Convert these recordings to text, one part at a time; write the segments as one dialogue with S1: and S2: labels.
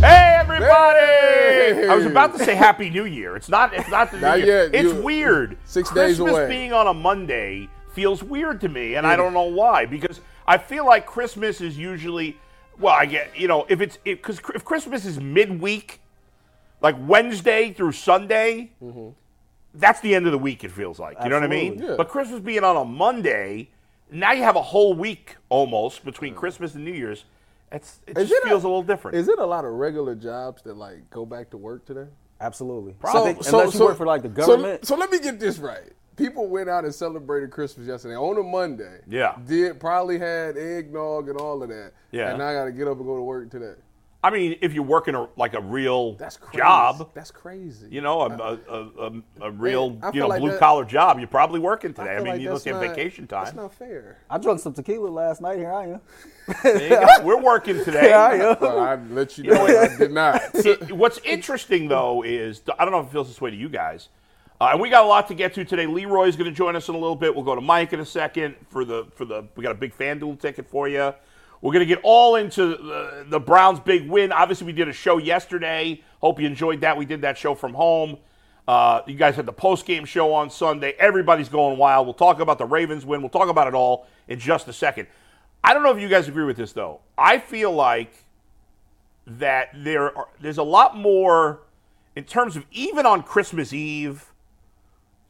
S1: Hey everybody! I was about to say Happy New Year. It's not. It's not the New
S2: Not
S1: Year.
S2: yet.
S1: It's
S2: You-
S1: weird.
S2: six
S1: Christmas
S2: days away.
S1: being on a Monday feels weird to me, and I don't know why. Because I feel like Christmas is usually. Well, I get you know if it's because if Christmas is midweek, like Wednesday through Sunday, that's the end of the week. It feels like you know what I mean.
S2: Mm-hmm. Absolutely, yeah.
S1: But Christmas being on a Monday, now you have a whole week almost between Christmas and New Year's. It's, it
S2: Is
S1: just
S2: it
S1: feels a, little different.
S2: Is it a lot of regular jobs that like go back to work today?
S3: Absolutely.
S1: Probably.
S3: I think, unless you work for like the
S2: so-
S3: government.
S2: So, let me get this right. People went out and celebrated Christmas yesterday on a Monday.
S1: Yeah.
S2: Did probably had eggnog and all of that.
S1: Yeah.
S2: And now I got to get up and go to work today.
S1: I mean, if you work in a like a real
S2: That's crazy.
S1: job,
S2: That's crazy.
S1: you know, a, a, a, a, a real
S2: I feel
S1: you know
S2: like
S1: blue
S2: that-
S1: collar job, you're probably working
S2: I
S1: today. I,
S2: feel
S1: mean,
S2: like
S1: you look
S2: that's
S1: at
S2: not-
S1: vacation
S2: That's
S1: time.
S2: not fair.
S3: I drunk some tequila last night. Here I am.
S1: We're working today.
S2: Well, I let you know I did not.
S1: It- what's interesting though is I don't know if it feels this way to you guys. Uh, and we got a lot to get to today. Leroy's going to join us in a little bit. We'll go to Mike in a second for the for the. We got a big FanDuel ticket for you. We're going to get all into the, the Browns' big win. Obviously, we did a show yesterday. Hope you enjoyed that. We did that show from home. Uh, you guys had the post game show on Sunday. Everybody's going wild. We'll talk about the Ravens win. We'll talk about it all in just a second. I don't know if you guys agree with this though. I feel like that there are, there's a lot more in terms of even on Christmas Eve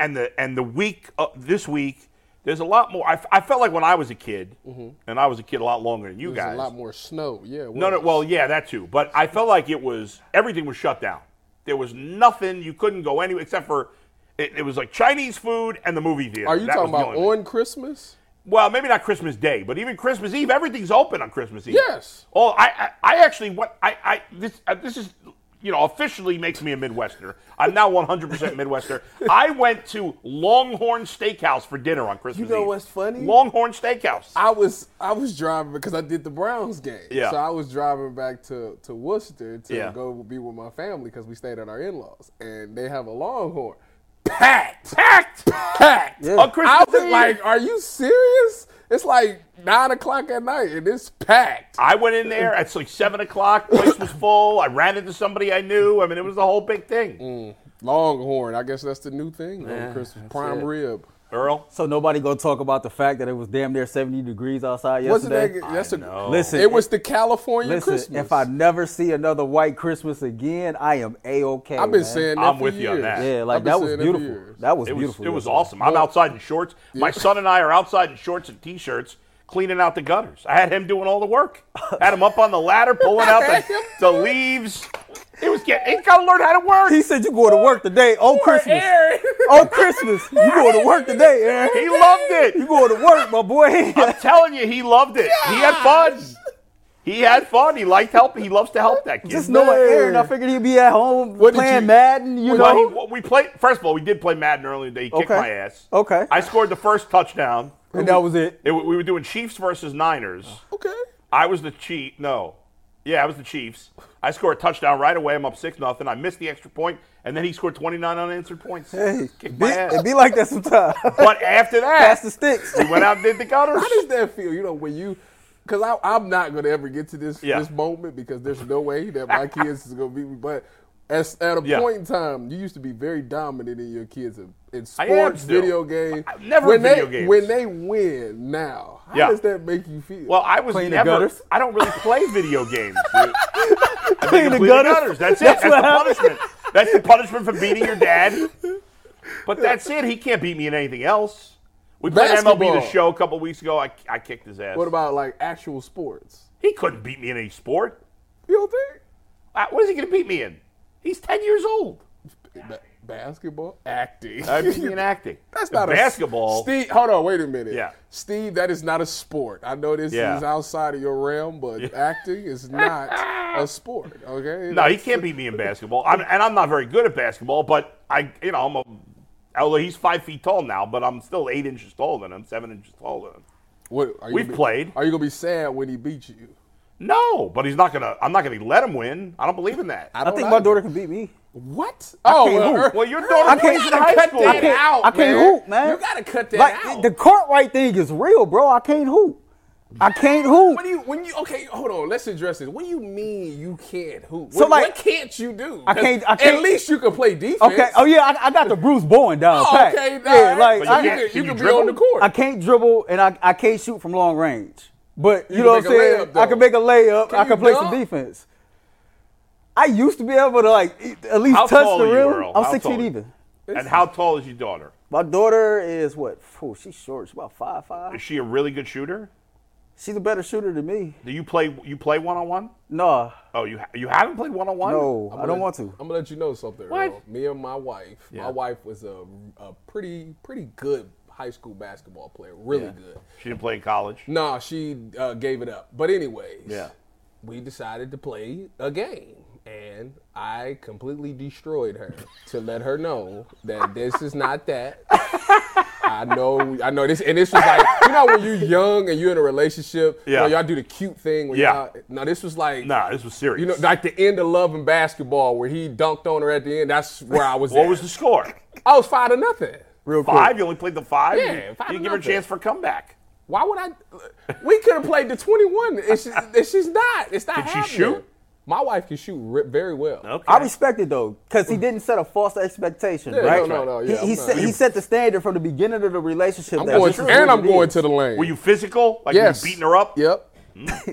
S1: and the and the week uh, this week. There's a lot more. I, f- I felt like when I was a kid, and I was a kid a lot longer than you
S2: Mm-hmm. There's
S1: guys.
S2: a lot more snow. Yeah.
S1: no, no. Well, yeah, that too. But I felt like it was everything was shut down. There was nothing you couldn't go anywhere except for it, it was like Chinese food and the movie theater.
S2: Are you
S1: That
S2: talking
S1: was the
S2: about
S1: only-
S2: on Christmas?
S1: well, maybe not Christmas Day, but even Christmas Eve, everything's open on Christmas Eve.
S2: Yes.
S1: Oh, I, I, I actually, what I, I, this, uh, this is, you know, officially makes me a Midwesterner. I'm now 100% Midwesterner. I went to Longhorn Steakhouse for dinner on Christmas Eve.
S2: know what's funny?
S1: Longhorn Steakhouse.
S2: I was I was driving because I did the Browns game.
S1: Yeah.
S2: So I was driving back to, to Worcester to
S1: Yeah.
S2: go be with my family because we stayed at our in laws and they have a Longhorn packed
S1: Packed.
S2: packed.
S1: On Christmas
S2: I was
S1: Eve.
S2: like, are you serious? It's like nine o'clock at night and it's packed.
S1: I went in there at like seven o'clock. Place was full. I ran into somebody I knew. I mean, it was the whole big thing.
S2: Longhorn, I guess that's the new thing on Christmas prime
S3: it.
S2: rib.
S1: Earl,
S3: So nobody gonna talk about the fact that it was damn near 70 degrees outside
S2: Wasn't that
S3: yesterday.
S2: that's a
S3: Listen,
S2: It was the California
S3: listen.
S2: Christmas.
S3: If I never see another white Christmas again, I am a okay.
S2: have been saying that
S1: Oh, I'm
S2: for
S1: with you on
S2: years.
S1: that.
S3: Yeah,
S2: I've
S3: like
S2: been
S3: that was
S2: saying that for
S3: beautiful.
S2: years.
S3: That was
S1: It was
S3: beautiful.
S1: it was
S3: yesterday.
S1: awesome. I'm outside in shorts. My son and I are outside in shorts and t-shirts, cleaning out the gutters. I had him doing all the work. Had him up on the ladder, pulling out the, the leaves. It was getting. He's got to learn how to work.
S3: He said you going to work today on Christmas. On Christmas, you going to work today, Aaron?
S1: He loved it.
S3: You going to work, my boy?
S1: I'm telling you, he loved it. He had fun. He had fun. He liked helping. He loves to help that kid.
S3: Just knowing Aaron, I figured he'd be at home
S2: What did
S3: playing
S2: you-
S3: Madden. You
S1: Well, he-
S3: know,
S1: well, we played. First of all, we did play Madden earlier today. He kicked
S3: Okay.
S1: my ass.
S3: Okay.
S1: I scored the first touchdown.
S3: and that was it.
S1: It- we were doing Chiefs versus Niners.
S3: Oh.
S2: Okay.
S1: I was the Chief. No, yeah, I was the Chiefs. I scored a touchdown right away. I'm up six nothing. I missed the extra point, and then he scored 29 unanswered points.
S3: Hey,
S1: Kicked
S3: be,
S1: my ass.
S3: it be like that sometimes.
S1: but after that,
S3: Pass the sticks.
S1: we went out and did the gutters.
S2: How does that feel? You know, when you, because I'm not gonna ever get to this
S1: Yeah.
S2: this moment because there's no way that my kids is gonna beat me. But As, at a
S1: Yeah.
S2: point in time, you used to be very dominant in your kids in, in
S1: I am
S2: sports,
S1: still.
S2: video games.
S1: I- never
S2: when
S1: video
S2: they,
S1: games.
S2: When they win now, how
S1: Yeah.
S2: does that make you feel?
S1: Well, I was
S3: Clean the
S1: never.
S3: gutters?
S1: I don't really play video games. dude.
S3: Clean the
S1: Clean
S3: gutters.
S1: That's it. That's,
S3: That's
S1: the
S3: what happened.
S1: punishment. That's the punishment for beating your dad. But that's it. He can't beat me in anything else. We played MLB the
S2: Basketball.
S1: Show a couple weeks ago. I, I kicked his ass.
S2: what about like actual sports?
S1: He couldn't beat me in any sport.
S2: You don't think?
S1: Uh, What is he going to beat me in? He's ten years old.
S2: Ba- basketball, acting.
S1: I beat me in acting.
S2: That's
S1: In
S2: not
S1: basketball.
S2: A, Steve, hold on, wait a minute.
S1: Yeah.
S2: Steve, that is not a sport. I know this
S1: Yeah.
S2: is outside of your realm, but acting is not a sport. Okay.
S1: No, he can't beat me in basketball. I'm, and I'm not very good at basketball, but I, you know, I'm a. Although he's five feet tall now, but I'm still eight inches taller than him, seven inches taller than him.
S2: What, are you
S1: We've
S2: gonna be-
S1: played.
S2: Are you gonna be sad when he beats you?
S1: No, but he's not gonna. I'm not gonna let him win. I don't believe in that.
S3: I think my daughter can beat me.
S2: What? Oh,
S3: can't
S2: well,
S3: hoop.
S2: her-
S1: well, your daughter
S3: I
S1: plays in
S3: can't- I
S1: high
S3: can't-
S1: school.
S3: I can't-
S2: out,
S3: I can't
S2: man.
S3: hoop, man.
S2: You gotta cut that
S3: like,
S2: out.
S3: The Cartwright thing is real, bro. I can't hoop. I can't hoop.
S2: What do you when you okay? Hold on, let's address this. What do you mean you can't hoop?
S3: So,
S2: what,
S3: like-
S2: what can't you do?
S3: I can't- I can't-
S2: At least you can play defense.
S3: Okay. Oh yeah, I, I got the Bruce Bowen down.
S2: Oh,
S3: pat.
S2: okay.
S3: Yeah, like
S1: But
S3: I,
S1: you
S2: you,
S1: can't-
S2: can, you
S1: can
S2: can
S1: you
S2: be on the
S1: dribble?
S2: court.
S3: I can't dribble and I, I can't shoot from long range. But you,
S2: You
S3: know
S2: can
S3: what I'm
S2: make a
S3: saying?
S2: layup,
S3: I can
S2: though.
S3: make a layup.
S2: Can
S3: I
S2: you
S3: can play
S2: dunk?
S3: some defense. I used to be able to like e- at least
S1: How
S3: touch
S1: tall
S3: the
S1: are you,
S3: rim.
S1: Earl?
S3: I'm
S1: How
S3: six
S1: tall
S3: feet
S1: are you?
S3: even.
S1: And how tall is your daughter?
S3: My daughter is what? Oh, she's short. She's about five
S1: Is
S3: five.
S1: she a really good shooter?
S3: She's a better shooter than me.
S1: Do you play? You play one on one?
S3: No,
S1: Oh, you ha- you haven't played one on one?
S3: no, I don't want to.
S2: I'm gonna let you know something.
S1: What?
S2: Earl. Me and my wife. My wife was a, a pretty pretty good high school basketball player. Really good.
S1: She didn't play in college.
S2: No, she uh, gave it up. But anyways,
S1: Yeah.
S2: we decided to play a game, and I completely destroyed her to let her know that this is not that. I know, I know this, and this was like you know when you're young and you're in a relationship, you know,
S1: Yeah.
S2: y'all do the cute thing. When
S1: Yeah.
S2: y'all, no, this was like
S1: Nah, this was serious.
S2: You know, like the end of Love and Basketball, where he dunked on her at the end. That's where I was.
S1: What
S2: at.
S1: was the score?
S2: I was five to nothing.
S3: Real
S1: Five.
S3: quick.
S1: You only played the five.
S2: Yeah,
S1: you,
S2: five
S1: you
S2: to
S1: give her a
S2: nothing.
S1: chance for a comeback.
S2: Why would I? We could have played the 21. And, she, and she's not. It's not
S1: Can she
S2: happening.
S1: shoot?
S2: My wife can shoot re- very well.
S1: Okay.
S3: I respect it though, because he didn't set a false expectation,
S2: Mm. Yeah,
S3: right?
S2: no, no, no,
S3: He-
S2: yeah,
S3: he,
S2: I'm
S3: set,
S2: not-
S3: he set the standard from the beginning of the relationship.
S2: I'm
S3: that
S2: going
S3: this is
S2: to, and
S3: what
S2: I'm
S3: it
S2: going
S3: is.
S2: to the lane.
S1: Were you physical? Like
S2: yes.
S1: you beating her up? Mm.
S2: Yep.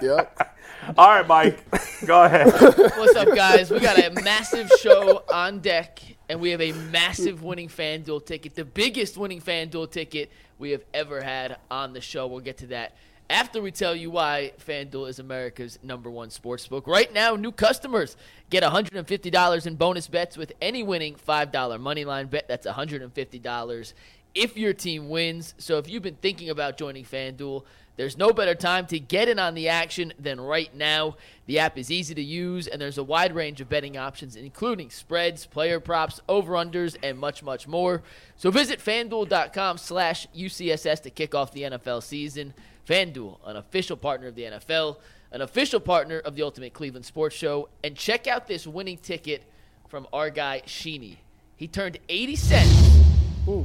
S2: yep.
S1: All right, Mike. Go ahead.
S4: What's up, guys? We got a massive show on deck, and we have a massive winning FanDuel ticket, the biggest winning FanDuel ticket we have ever had on the show. We'll get to that after we tell you why FanDuel is America's number one sports book. Right now, new customers get $150 in bonus bets with any winning $5 moneyline bet. That's $150 if your team wins. So if you've been thinking about joining FanDuel, there's no better time to get in on the action than right now. The app is easy to use, and there's a wide range of betting options, including spreads, player props, over-unders, and much, much more. So visit FanDuel.com slash UCSS to kick off the NFL season. FanDuel, an official partner of the NFL, an official partner of the Ultimate Cleveland Sports Show. And check out this winning ticket from our guy, Sheeny. He turned 80 cents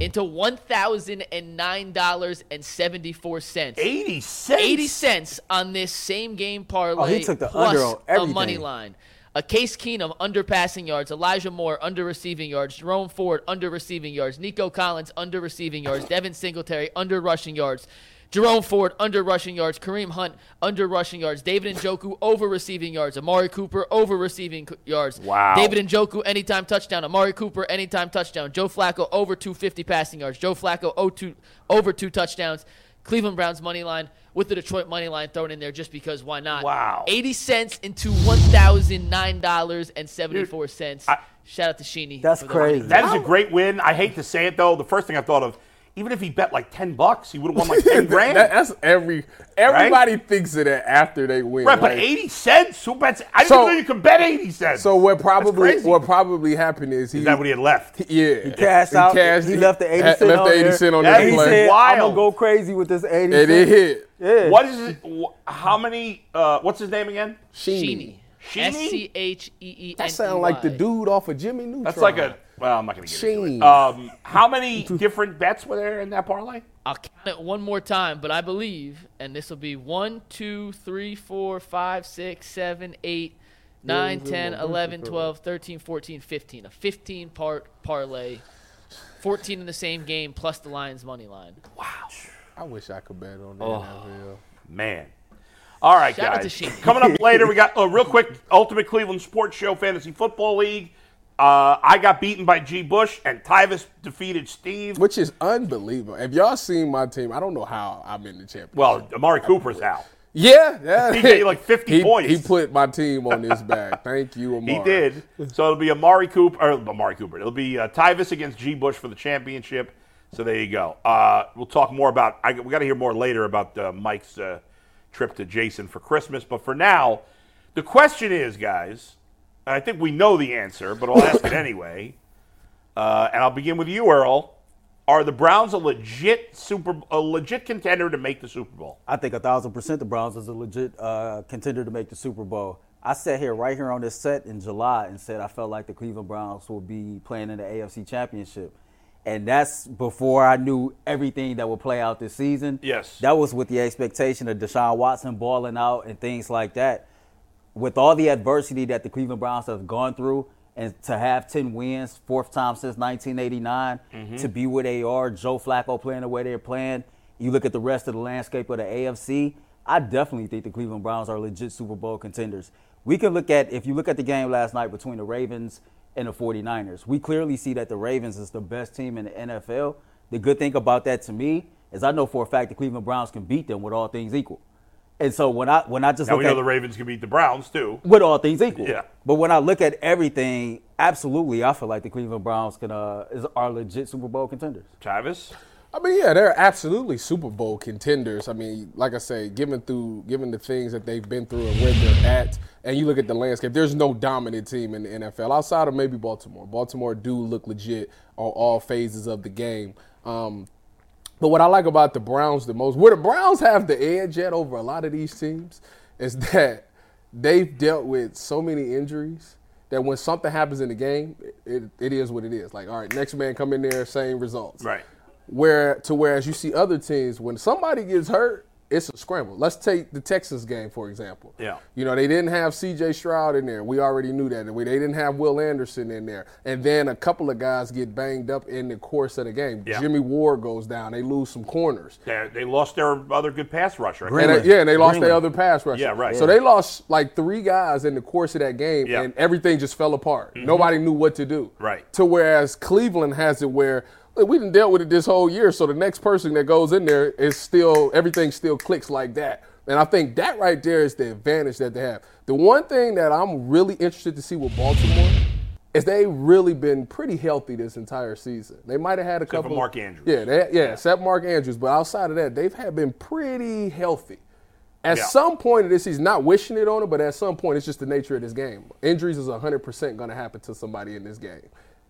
S4: into $1,009.74.
S1: 80 cents.
S4: 80 cents on this same game parlay.
S3: Oh, he took the
S4: plus
S3: under on
S4: A
S3: everything.
S4: money line. A Case Keenum under passing yards, Elijah Moore under receiving yards, Jerome Ford under receiving yards, Nico Collins under receiving yards, Devin Singletary under rushing yards, Jerome Ford under rushing yards, Kareem Hunt under rushing yards, David Njoku over receiving yards, Amari Cooper over receiving c- yards.
S1: Wow.
S4: David Njoku anytime touchdown. Amari Cooper anytime touchdown. Joe Flacco over 250 passing yards. Joe Flacco o- two- over two touchdowns. Cleveland Browns money line with the Detroit money line thrown in there just because why not?
S1: Wow.
S4: 80 cents into $1,009.74.
S1: I-
S4: Shout out to Sheeny.
S3: That's
S4: for the money.
S3: crazy.
S1: That is a great win. I hate to say it though. The first thing I thought of, even if he bet like ten bucks, he would have won like ten grand.
S2: That- that's every. Everybody thinks of that after they win.
S1: right, but
S2: like-
S1: eighty cents. Who bets? I didn't
S2: So-
S1: even know you could bet eighty cents.
S2: So what
S1: That's
S2: probably
S1: crazy.
S2: what probably happened is he
S1: is that what he had left?
S2: yeah he
S3: Cashed out.
S2: cashed-
S3: he left the 80 cent
S2: left
S3: on
S2: the 80
S3: there.
S2: cent on
S1: Yeah,
S2: that
S3: he
S1: That's
S3: said,
S2: play
S3: I'm
S1: wild.
S3: gonna go crazy with this 80
S2: and it hit.
S3: Yeah.
S1: What is it? wh- How many? Uh, what's his name again?
S4: Sheeny.
S1: Sheeny?
S4: S-C-H-E-E-N-E-Y.
S2: That sound like the dude off of Jimmy Neutron.
S1: That's like a. Well, I'm not gonna get into
S2: Sheen.
S1: it. Um, how many different bets were there in that parlay?
S4: I'll count it one more time, but I believe, and this will be one, two, three, four, five, six, seven, eight, 9, 10, 11, 12, 13, 14, 15. A 15 part parlay. 14 in the same game plus the Lions money line.
S2: I wish I could bet on the NFL.
S1: Man. All right,
S4: Shout out to
S1: guys.
S4: Shane.
S1: Coming up later, we got uh, real quick Ultimate Cleveland Sports Show Fantasy Football League. Uh, I got beaten by G. Bush, and Tyvis defeated Steve.
S2: Which is unbelievable. If y'all seen my team, I don't know how I'm in the championship.
S1: Well, Amari Cooper's out.
S2: yeah, yeah.
S1: He gave you like 50
S2: he,
S1: points.
S2: He put my team on his back. Thank you, Amar.
S1: He did. So it'll be Amari Cooper, or Amari Cooper. It'll be uh, Tyvis against G. Bush for the championship. So there you go. Uh, we'll talk more about. I, we got to hear more later about uh, Mike's uh, trip to Jason for Christmas. But for now, the question is, guys. and I think we know the answer, but I'll ask it anyway. Uh, and I'll begin with you, Earl. Are the Browns a legit super a legit contender to make the Super Bowl?
S3: I think a thousand percent the Browns is a legit uh, contender to make the Super Bowl. I sat here right here on this set in July and said I felt like the Cleveland Browns would be playing in the AFC Championship. And that's before I knew everything that would play out this season.
S1: Yes.
S3: That was with the expectation of Deshaun Watson balling out and things like that. With all the adversity that the Cleveland Browns have gone through, and to have 10 wins, fourth time since 1989,
S1: Mm-hmm.
S3: to be where they are, Joe Flacco playing the way they're playing, you look at the rest of the landscape of the AFC, I definitely think the Cleveland Browns are legit Super Bowl contenders. We can look at, if you look at the game last night between the Ravens and the 49ers. We clearly see that the Ravens is the best team in the NFL. The good thing about that to me is I know for a fact the Cleveland Browns can beat them with all things equal. And so when I when I just
S1: Now
S3: look
S1: we know
S3: at
S1: the Ravens can beat the Browns too.
S3: with all things equal,
S1: Yeah.
S3: But when I look at everything, absolutely, I feel like the Cleveland Browns can uh, is are legit Super Bowl contenders.
S1: Travis,
S2: I mean, yeah, they're absolutely Super Bowl contenders. I mean, like I say, given through given the things that they've been through and where they're at, and you look at the landscape, there's no dominant team in the NFL outside of maybe Baltimore. Baltimore do look legit on all phases of the game. Um, but what I like about the Browns the most, where the Browns have the edge at over a lot of these teams, is that they've dealt with so many injuries that when something happens in the game, it, it is what it is. Like, all right, next man come in there, same results.
S1: Right.
S2: Where to whereas you see other teams, when somebody gets hurt, it's a scramble. Let's take the Texas game for example.
S1: Yeah.
S2: You know, they didn't have C.J. Stroud in there. We already knew that. We- They didn't have Will Anderson in there. And then a couple of guys get banged up in the course of the game.
S1: Yeah.
S2: Jimmy Ward goes down. They lose some corners.
S1: they they lost their other good pass rusher. I
S3: Great.
S2: And they-
S3: Greenland.
S2: yeah, and they lost their
S3: Greenland.
S2: other pass rusher.
S1: Yeah, right.
S2: So they lost like three guys in the course of that game,
S1: Yeah. Mm-hmm.
S2: and everything just fell apart. Nobody knew what to do.
S1: Right.
S2: To whereas Cleveland has it where like, we didn't deal with it this whole year, so the next person that goes in there is still everything still clicks like that. And I think that right there is the advantage that they have. The one thing that I'm really interested to see with Baltimore is they really been pretty healthy this entire season. They might have had a
S1: Except for
S2: couple
S1: Mark Andrews.
S2: Yeah, they, yeah, except Mark Andrews. But outside of that, they've had been pretty healthy. At
S1: Yeah.
S2: some point of this season, not wishing it on him, but at some point, it's just the nature of this game. Injuries is 100% going to happen to somebody in this game.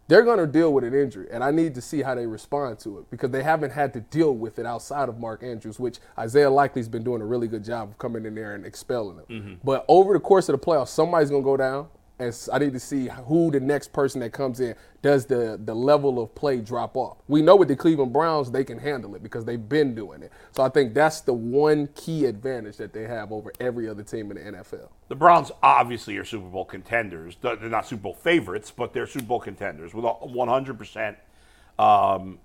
S2: They're going to deal with an injury, and I need to see how they respond to it because they haven't had to deal with it outside of Mark Andrews, which Isaiah Likely's been doing a really good job of coming in there and expelling them.
S1: Mm-hmm.
S2: But over the course of the playoffs, somebody's going to go down, and s- I need to see who the next person that comes in does the the level of play drop off. We know with the Cleveland Browns they can handle it because they've been doing it. So I think that's the one key advantage that they have over every other team in the NFL.
S1: The Browns obviously are Super Bowl contenders. They're they're not Super Bowl favorites, but they're Super Bowl contenders with all- 100%. Um,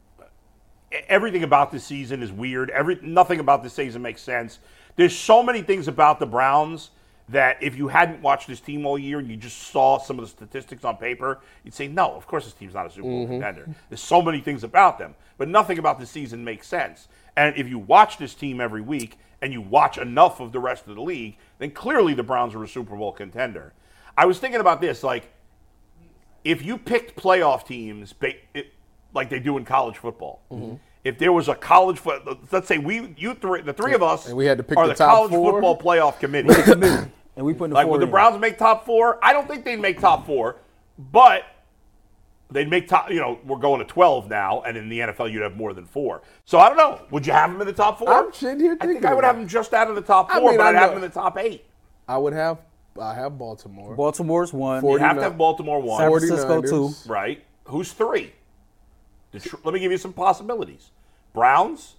S1: e- everything about this season is weird. Every nothing about this season makes sense. There's so many things about the Browns that if you hadn't watched this team all year and you just saw some of the statistics on paper, you'd say, "No, of course this team's not a Super Bowl contender." There's so many things about them, but nothing about this season makes sense. And if you watch this team every week and you watch enough of the rest of the league, then clearly the Browns are a Super Bowl contender. I was thinking about this, like if you picked playoff teams ba- it, like they do in college football, if there was a college foot, let's say we, you three, the three of us,
S2: And we had to pick
S1: are
S2: the
S1: the
S2: top
S1: college
S2: four.
S1: football playoff committee.
S3: And we put in the
S1: like
S3: four
S1: would the
S3: in.
S1: Browns make top four? I don't think they'd make top four, but they'd make top. You know, we're going to twelve now, and in the NFL, you'd have more than four. So I don't know. Would you have them in the top four?
S2: I'm sitting here
S1: I think
S2: thinking
S1: I would have
S2: about
S1: them
S2: it.
S1: just out of the top
S2: I
S1: four,
S2: mean,
S1: but
S2: I
S1: I'd have
S2: know.
S1: them in the top eight.
S2: I would have I have Baltimore.
S3: Baltimore's one,
S1: You have to
S2: 49
S1: have Baltimore one.
S3: San Francisco
S2: 49ers.
S3: two.
S1: Right. Who's three? Detro- let me give you some possibilities Browns,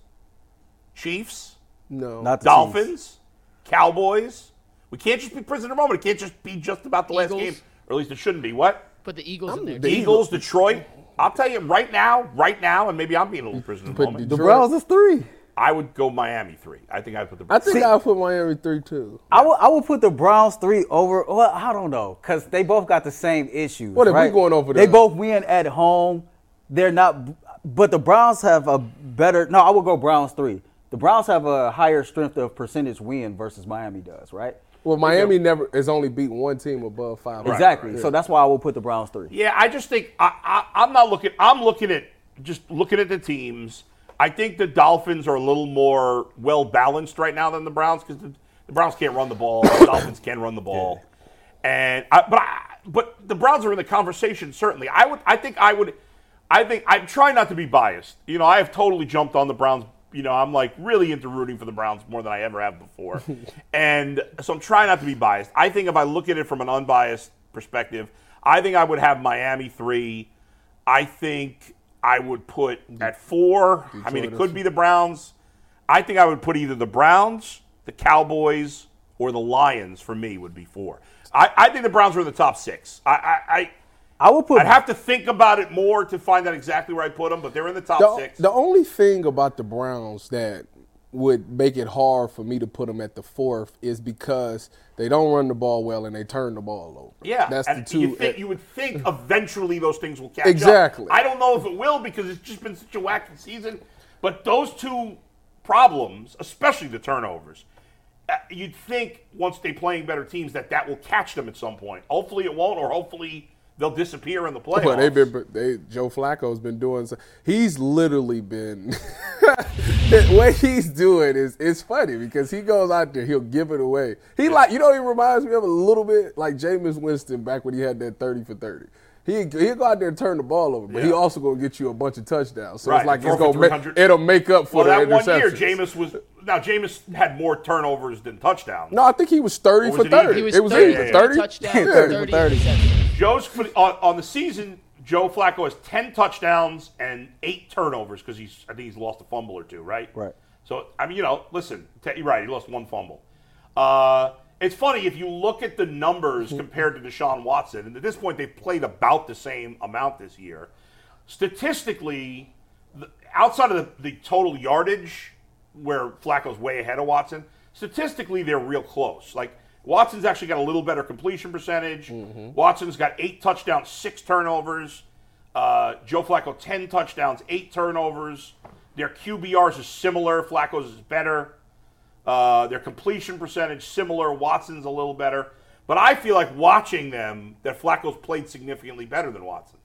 S1: Chiefs,
S2: no.
S3: Not the Chiefs.
S1: Dolphins, Cowboys, We can't just be prisoner of the moment. It can't just be just about the last
S4: Eagles.
S1: game, or at least it shouldn't be. What?
S4: Put the Eagles in there.
S1: The
S2: The
S1: Eagles, Detroit. I'll tell you right now, right now, and maybe I'm being a little prisoner of the moment.
S3: The Browns is three.
S1: I would go Miami three. I think I'd put the.
S2: I think I'll put Miami three too.
S3: I would I would put the Browns three over. Well, I don't know because they both got the same issues.
S2: What if we
S3: right?
S2: going over
S3: They
S2: there?
S3: both win at home. They're not, but the Browns have a better. No, I would go Browns three. The Browns have a higher strength of percentage win versus Miami does, right?
S2: Well, Miami never has only beat one team above five.
S3: exactly.
S2: Yeah.
S3: So that's why I would put the Browns three.
S1: yeah, I just think I, I, I'm not looking. I'm looking at just looking at the teams. I think the Dolphins are a little more well balanced right now than the Browns because the, the Browns can't run the ball. The Dolphins can run the ball, and I, but I, but the Browns are in the conversation certainly. I would. I think I would. I think I'm trying not to be biased. You know, I have totally jumped on the Browns. You know, I'm like really into rooting for the Browns more than I ever have before. and so I'm trying not to be biased. I think if I look at it from an unbiased perspective, I think I would have Miami three. I think I would put at four. I mean, it could be the Browns. I think I would put either the Browns, the Cowboys, or the Lions for me would be four. I, I think the Browns were in the top six. I, I, I
S3: I would put.
S1: I'd have to think about it more to find out exactly where I put them, but they're in the top
S2: The,
S1: six.
S2: the only thing about the Browns that would make it hard for me to put them at the fourth is because they don't run the ball well and they turn the ball over.
S1: yeah,
S2: that's
S1: and
S2: the two.
S1: You, think, you would think eventually those things will catch
S2: Exactly.
S1: up. I don't know if it will because it's just been such a wacky season. But those two problems, especially the turnovers, uh, you'd think once they playing better teams that that will catch them at some point. Hopefully it won't, or hopefully they'll disappear in the playoffs.
S2: Well, they've been they Joe Flacco's been doing. So, he's literally been what he's doing is it's funny because he goes out there, he'll give it away. He like you know he reminds me of a little bit like Jameis Winston back when he had that thirty for thirty. He he'll go out there and turn the ball over, but he
S1: Yeah.
S2: also gonna get you a bunch of touchdowns. So
S1: Right,
S2: it's like
S1: throw
S2: it's
S1: for
S2: gonna make,
S1: 300.
S2: it'll make up
S1: well,
S2: for
S1: that
S2: the
S1: one
S2: interceptions.
S1: year, Jameis was now Jameis had more turnovers than touchdowns.
S2: No, I think he was thirty
S1: Or was it
S2: for
S1: even?
S2: thirty.
S4: He was
S2: it was
S4: 30,
S2: even,
S1: yeah, yeah.
S2: thirty.
S4: touchdowns,
S2: Yeah.
S4: 30,
S3: Thirty.
S4: interceptions.
S1: Joe's for the, on, on the season. Joe Flacco has ten touchdowns and eight turnovers because he's I think he's lost a fumble or two, right?
S3: Right.
S1: So I mean, you know, listen, te- you're right. He lost one fumble. Uh, it's funny if you look at the numbers compared to Deshaun Watson, and at this point they've played about the same amount this year. Statistically, the, outside of the, the total yardage, where Flacco's way ahead of Watson, statistically they're real close. Like Watson's actually got a little better completion percentage. Watson's got eight touchdowns, six turnovers. Uh, Joe Flacco, 10 touchdowns, eight turnovers. Their QBRs is similar. Flacco's is better. Uh, their completion percentage similar. Watson's a little better. But I feel like watching them that Flacco's played significantly better than Watson.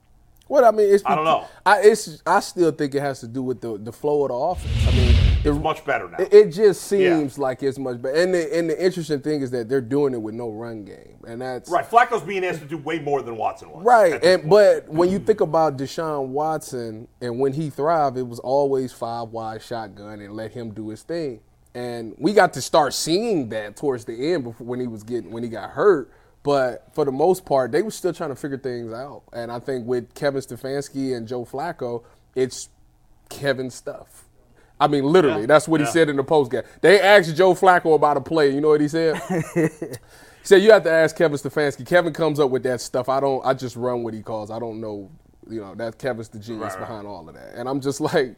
S2: What I mean, it's
S1: I don't know.
S2: I it's I still think it has to do with the the flow of the offense. I mean, the,
S1: Much better now.
S2: It, it just
S1: Yeah.
S2: seems like it's much better. And the, and the interesting thing is that they're doing it with no run game, and that's
S1: right. Flacco's being asked to do way more than Watson was.
S2: Right, and but when you think about Deshaun Watson and when he thrived, it was always five wide shotgun and let him do his thing. And we got to start seeing that towards the end before when he was getting when he got hurt. But for the most part, they were still trying to figure things out. And I think with Kevin Stefanski and Joe Flacco, it's Kevin stuff. I mean, literally, that's what he said in the postgame. They asked Joe Flacco about a play. You know what he said? So you have to ask Kevin Stefanski. Kevin comes up with that stuff. I don't. I just run what he calls. I don't know. You know that Kevin's the genius behind all of that. And I'm just like,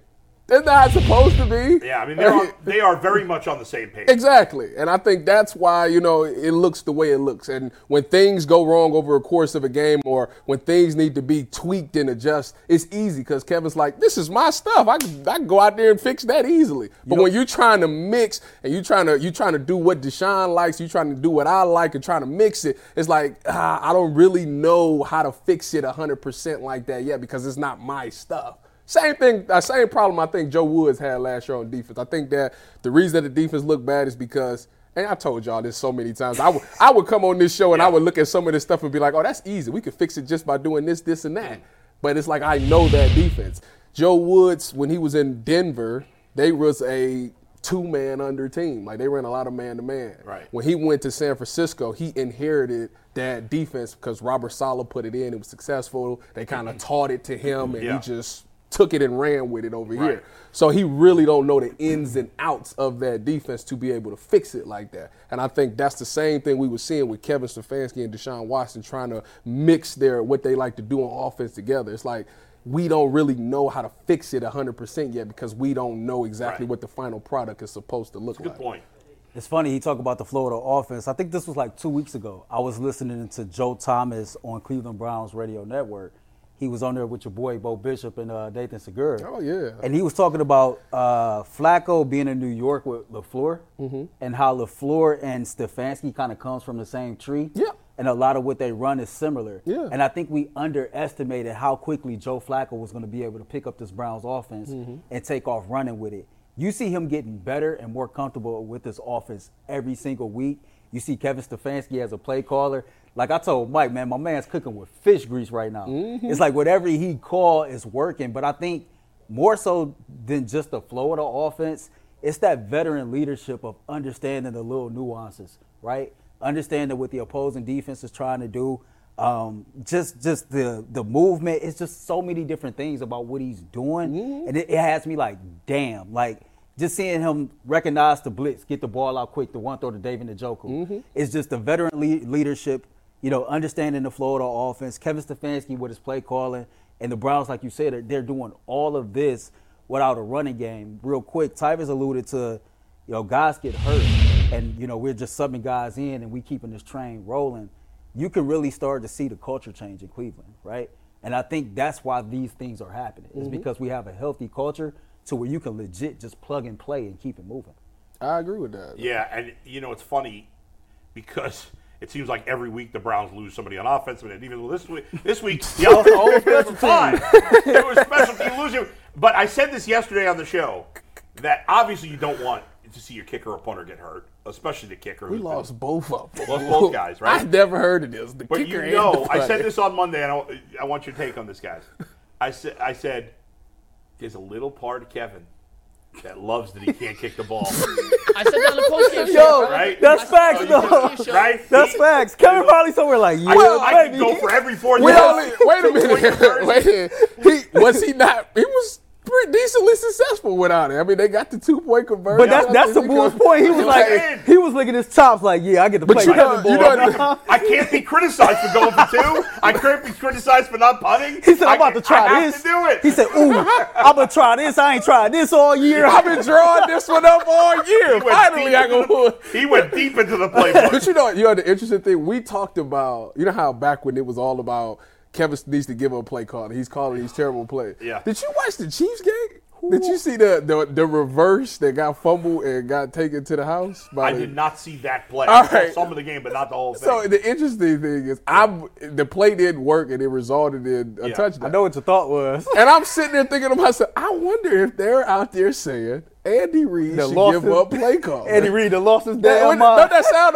S2: they're not supposed to be.
S1: Yeah, I mean, they're on, they are very much on the same page.
S2: Exactly. And I think that's why, you know, it looks the way it looks. And when things go wrong over a course of a game or when things need to be tweaked and adjust, it's easy because Kevin's like, this is my stuff. I can, I can go out there and fix that easily. But when you're trying to mix and you're trying to, you trying to do what Deshaun likes, you're trying to do what I like and trying to mix it, it's like, ah, I don't really know how to fix it 100% like that yet because it's not my stuff. Same thing, uh, same problem I think Joe Woods had last year on defense. I think that the reason that the defense looked bad is because, and I told y'all this so many times, I would I would come on this show and I would look at some of this stuff and be like, oh, that's easy. We could fix it just by doing this, this, and that. But it's like I know that defense. Joe Woods, when he was in Denver, they was a two man under team. Like they ran a lot of man to man.
S1: Right.
S2: When he went to San Francisco, he inherited that defense because Robert Sala put it in. It was successful. They kind of taught it to him, and
S1: Yeah.
S2: he just took it and ran with it over here. So he really don't know the ins and outs of that defense to be able to fix it like that. And I think that's the same thing we were seeing with Kevin Stefanski and Deshaun Watson trying to mix their what they like to do on offense together. It's like we don't really know how to fix it 100% yet because we don't know exactly
S1: Right.
S2: what the final product is supposed to look
S1: Good
S2: like.
S1: point.
S3: It's funny he talked about the Florida offense. I think this was like two weeks ago. I was listening to Joe Thomas on Cleveland Browns radio network. He was on there with your boy Bo Bishop and uh, Nathan Segura.
S2: Oh, yeah.
S3: And he was talking about uh, Flacco being in New York with Lafleur
S2: Mm-hmm.
S3: and how Lafleur and Stefanski kind of comes from the same tree.
S2: Yeah.
S3: And a lot of what they run is similar.
S2: Yeah.
S3: And I think we underestimated how quickly Joe Flacco was going to be able to pick up this Browns offense
S2: Mm-hmm.
S3: and take off running with it. You see him getting better and more comfortable with this offense every single week. You see Kevin Stefanski as a play caller. Like I told Mike, man, my man's cooking with fish grease right now.
S2: Mm-hmm.
S3: It's like whatever he call is working. But I think more so than just the flow of the offense, it's that veteran leadership of understanding the little nuances, right? Understanding what the opposing defense is trying to do. Um, just just the the movement. It's just so many different things about what he's doing, and it, it has me like, damn, like just seeing him recognize the blitz, get the ball out quick, the one throw to David Njoku. It's just the veteran le- leadership, you know, understanding the flow of the offense. Kevin Stefanski with his play calling, and the Browns, like you said, are- they're doing all of this without a running game. Real quick, Tyvus alluded to, you know, guys get hurt, and you know we're just subbing guys in, and we keeping this train rolling. You can really start to see the culture change in Cleveland, right? And I think that's why these things are happening.
S1: Mm-hmm.
S3: It's because we have a healthy culture to where you can legit just plug and play and keep it moving.
S2: I agree with that.
S1: Yeah, and you know it's funny because it seems like every week the Browns lose somebody on offense, and even though this week, this week the offense was special team. it was special team losing. But I said this yesterday on the show that obviously you don't want to see your kicker or punter get hurt, especially the kicker.
S2: We lost both of them.
S1: Lost both guys, right?
S2: I never heard of this. The
S1: But
S2: kicker
S1: you
S2: and
S1: know,
S2: the
S1: I said
S2: punter.
S1: this on Monday, and I, I want your take on this, guys. I said, I said, there's a little part of Kevin that loves that he can't kick the ball,
S4: I said that on the postgame show.
S3: Yo,
S1: Right?
S3: that's facts,
S4: Oh, you
S3: though.
S4: can't show-
S1: right?
S3: That's
S1: He-
S3: facts. Kevin probably somewhere like, yeah,
S1: I, well, I
S3: baby.
S1: could go for every four
S2: We
S1: years.
S2: only, wait a minute. wait a minute. He was he not? He was pretty decently successful without it. I mean, they got the two point conversion.
S3: But that's that's the
S2: He
S3: Bulls'
S2: got-
S3: point. He
S1: Man.
S3: was like, he was licking his chops, like, yeah, I get to play.
S2: you know-
S3: Kevin
S2: you
S3: Ball.
S2: know-
S1: I can't be criticized for going for two. I can't be criticized for not punting.
S3: He said,
S1: I
S3: I'm about
S1: can-
S3: to try
S1: I Have
S3: this.
S1: to do it.
S3: He said, ooh, I'm going to try this. I ain't tried this all year.
S2: I've been drawing this one up all year.
S1: He went
S2: Finally,
S1: deep
S2: I
S1: into
S2: can.
S1: the-
S2: pull-
S1: He went deep into the playbook.
S2: But you know, you know the interesting thing we talked about. You know how back when it was all about Kevin needs to give up play call. and He's calling these terrible plays.
S1: Yeah.
S2: Did you watch the Chiefs game? Did you see the, the the reverse that got fumbled and got taken to the house? By
S1: I did not see that play.
S2: All
S1: I saw
S2: right.
S1: Some of the game, but not the whole thing.
S2: So the interesting thing is, I'm the play didn't work and it resulted in a
S1: Yeah.
S2: touchdown.
S3: I know what your thought was.
S2: And I'm sitting there thinking to myself, I wonder if they're out there saying Andy Reid
S3: The
S2: should
S3: losses-
S2: give up play calls.
S3: Andy Reid done lost his
S2: That,
S3: damn
S2: don't
S3: mind.
S2: that sound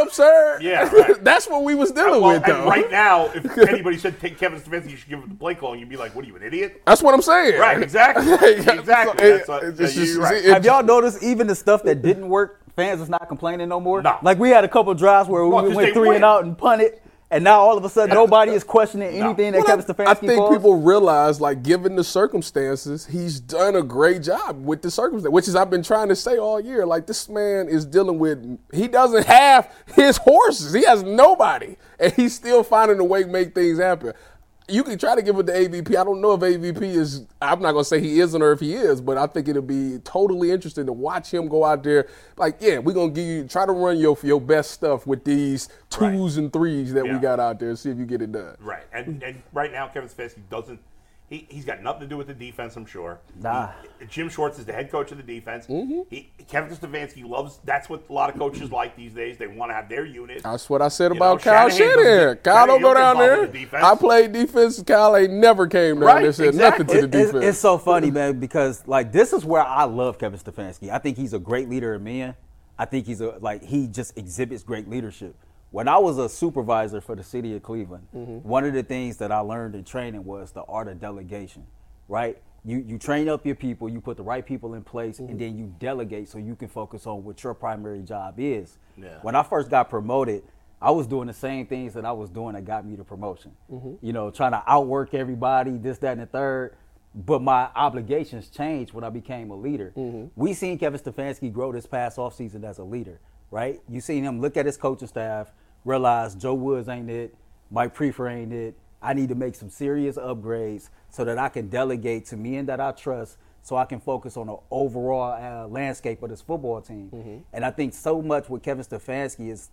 S2: absurd?
S1: Yeah, right.
S2: that's what we was dealing
S1: Well,
S2: with though.
S1: and right now, if anybody said take Kevin Smith, you should give him the play call, you'd be like, "What are you, an idiot?"
S2: that's what I'm saying.
S1: Right, exactly. Exactly. That's what-
S2: it's just-
S1: you're
S2: it's-
S1: right.
S2: it's-
S3: Have y'all noticed even the stuff that didn't work, fans is not complaining no more?
S1: No.
S3: Like, we had a couple drives where
S1: Well,
S3: we
S1: 'cause they
S3: went three
S1: win.
S3: and out and punted, and now all of a sudden nobody is questioning anything that
S2: Well,
S3: Kevin Stefanski
S2: I, I think
S3: calls.
S2: people realize, like, given the circumstances, he's done a great job with the circumstance, which is I've been trying to say all year. Like, this man is dealing with, he doesn't have his horses. He has nobody. And he's still finding a way to make things happen. You can try to give it to AVP. I don't know if AVP is, I'm not going to say he isn't or if he is, but I think it'll be totally interesting to watch him go out there. Like, yeah, we're going to give you, try to run your, your best stuff with these twos and threes that
S1: Yeah.
S2: we got out there and see if you get it done.
S1: Right, and and right now Kevin Stefanski doesn't. He he's got nothing to do with the defense. I'm sure.
S3: Nah.
S1: He- Jim Schwartz is the head coach of the defense.
S2: Mm-hmm.
S1: He, Kevin Stefanski loves. That's what a lot of coaches like these days. They want to have their unit.
S2: That's what I said
S1: You
S2: about
S1: know,
S2: Kyle
S1: Shanahan
S2: Shanahan.
S1: doesn't-
S2: Kyle don't go
S1: Shanahan
S2: down
S1: don't get
S2: there.
S1: involved with the defense.
S2: I played defense. Kyle ain't never came down
S1: Right,
S2: there and said
S1: exactly.
S2: nothing to
S3: It-
S2: the
S3: it's,
S2: defense.
S3: it's so funny, man, because like this is where I love Kevin Stefanski. I think he's a great leader of men. I think he's a like he just exhibits great leadership. When I was a supervisor for the city of Cleveland, one of the things that I learned in training was the art of delegation. Right? You you train up your people, you put the right people in place, and then you delegate so you can focus on what your primary job is.
S1: Yeah.
S3: When I first got promoted, I was doing the same things that I was doing that got me the promotion. You know, trying to outwork everybody, this, that, and the third. but my obligations changed when I became a leader. We seen Kevin Stefanski grow this past offseason as a leader, right? You seen him look at his coaching staff, realize Joe Woods ain't it, Mike Prefer ain't it. I need to make some serious upgrades so that I can delegate to men that I trust so I can focus on the overall uh, landscape of this football team. And I think so much with Kevin Stefanski is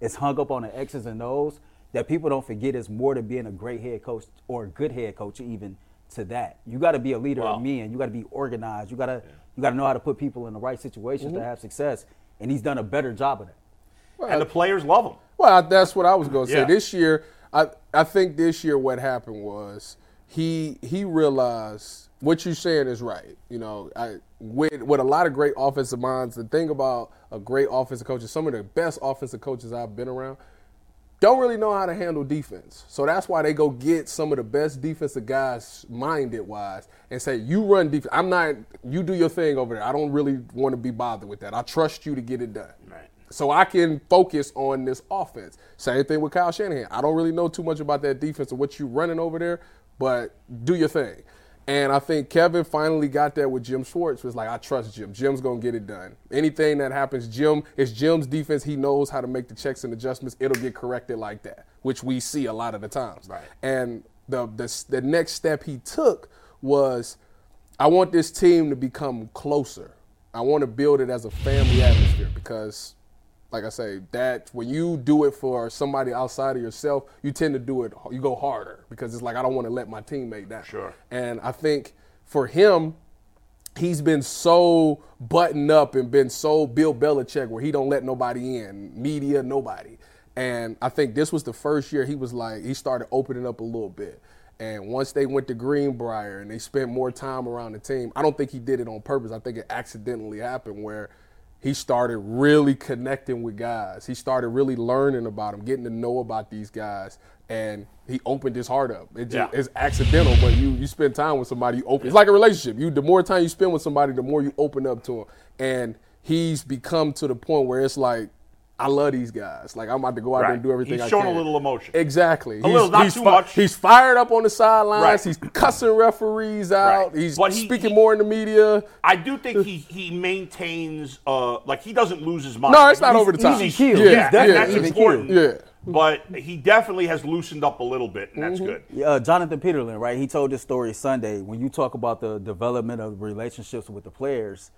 S3: is hung up on the X's and O's that people don't forget is more to being a great head coach or a good head coach even to that. You got to be a leader of men. You got to be organized. You got to you got to know how to put people in the right situations to have success. And he's done a better job of that.
S1: and the players love him.
S2: Well, that's what I was going to say.
S1: Yeah.
S2: This year, I I think this year what happened was he he realized what you're saying is right. You know, I with with a lot of great offensive minds. The thing about a great offensive coach is some of the best offensive coaches I've been around don't really know how to handle defense. So that's why they go get some of the best defensive guys minded wise and say, you run defense. I'm not, you do your thing over there. I don't really want to be bothered with that. I trust you to get it done.
S1: Right.
S2: So I can focus on this offense. Same thing with Kyle Shanahan. I don't really know too much about that defense or what you running over there, but do your thing. And I think Kevin finally got that with Jim Schwartz. Was like, I trust Jim. Jim's gonna get it done. Anything that happens, Jim it's Jim's defense. He knows how to make the checks and adjustments. It'll get corrected like that, which we see a lot of the times.
S1: Right.
S2: And the the, the next step he took was, I want this team to become closer. I want to build it as a family atmosphere because, like I say, that when you do it for somebody outside of yourself, you tend to do it. You go harder because it's like I don't want to let my teammate down.
S1: Sure.
S2: And I think for him, he's been so buttoned up and been so Bill Belichick where he don't let nobody in, media, nobody. And I think this was the first year he was like he started opening up a little bit. And once they went to Greenbrier and they spent more time around the team, I don't think he did it on purpose. I think it accidentally happened where he started really connecting with guys. He started really learning about them, getting to know about these guys, and he opened his heart up. It just,
S1: Yeah.
S2: It's accidental, but you you spend time with somebody, you open. It's like a relationship. You the more time you spend with somebody, the more you open up to them. And he's become to the point where it's like, I love these guys. Like I'm about to go out there
S1: Right.
S2: and do everything.
S1: He's
S2: I
S1: shown
S2: can.
S1: a little emotion.
S2: Exactly. A
S1: little, not
S2: he's
S1: too much.
S2: He's fired up on the sidelines.
S1: Right.
S2: He's cussing referees out.
S1: Right.
S2: He's
S1: But he-
S2: speaking
S1: he-
S2: more in the media.
S1: I do think he he maintains uh like he doesn't lose his mind.
S2: No, it's not over the top.
S1: He's, yeah,
S3: Even
S1: yeah,
S3: keel. He's definitely
S1: that's
S3: even
S1: important.
S2: keel. Yeah.
S1: But he definitely has loosened up a little bit, and
S2: Mm-hmm.
S1: that's good.
S3: uh, Jonathan Peterlin, right? He told this story Sunday. When you talk about the development of relationships with the players,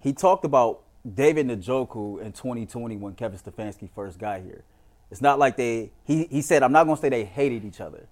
S3: he talked about David Njoku in 2020 when Kevin Stefanski first got here. It's not like they. He he said, I'm not gonna say they hated each other,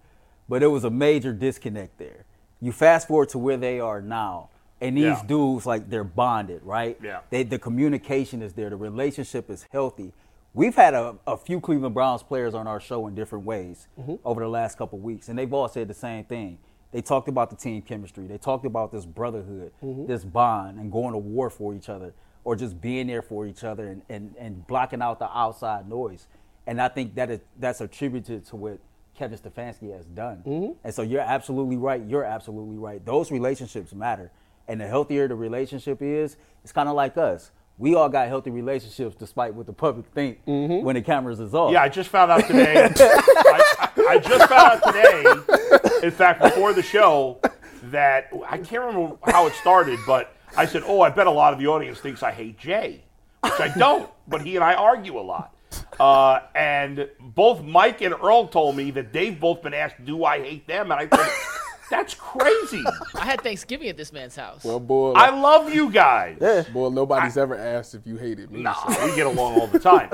S3: but it was a major disconnect there. You fast forward to where they are now, and these
S1: Yeah.
S3: dudes like they're bonded, right?
S1: Yeah.
S3: They, the communication is there. The relationship is healthy. We've had a, a few Cleveland Browns players on our show in different ways over the last couple weeks, and they've all said the same thing. They talked about the team chemistry. They talked about this brotherhood, this bond, and going to war for each other, or just being there for each other and, and, and blocking out the outside noise. And I think that is, that's attributed to what Kevin Stefanski has done. And so you're absolutely right. You're absolutely right. Those relationships matter. And the healthier the relationship is, it's kind of like us. We all got healthy relationships despite what the public think when the cameras is off.
S1: Mm-hmm. Yeah, I just found out today. I, I- I just found out today. In fact, before the show, that I can't remember how it started, but I said, "Oh, I bet a lot of the audience thinks I hate Jay," which I don't. But he and I argue a lot. Uh, and both Mike and Earl told me that they've both been asked, "Do I hate them?" And I thought, "That's crazy.
S4: I had Thanksgiving at this man's house.
S2: Well, Oh, boy,
S1: I love you guys."
S2: boy, nobody's ever asked if you hated me.
S1: Nah, we get along all the time.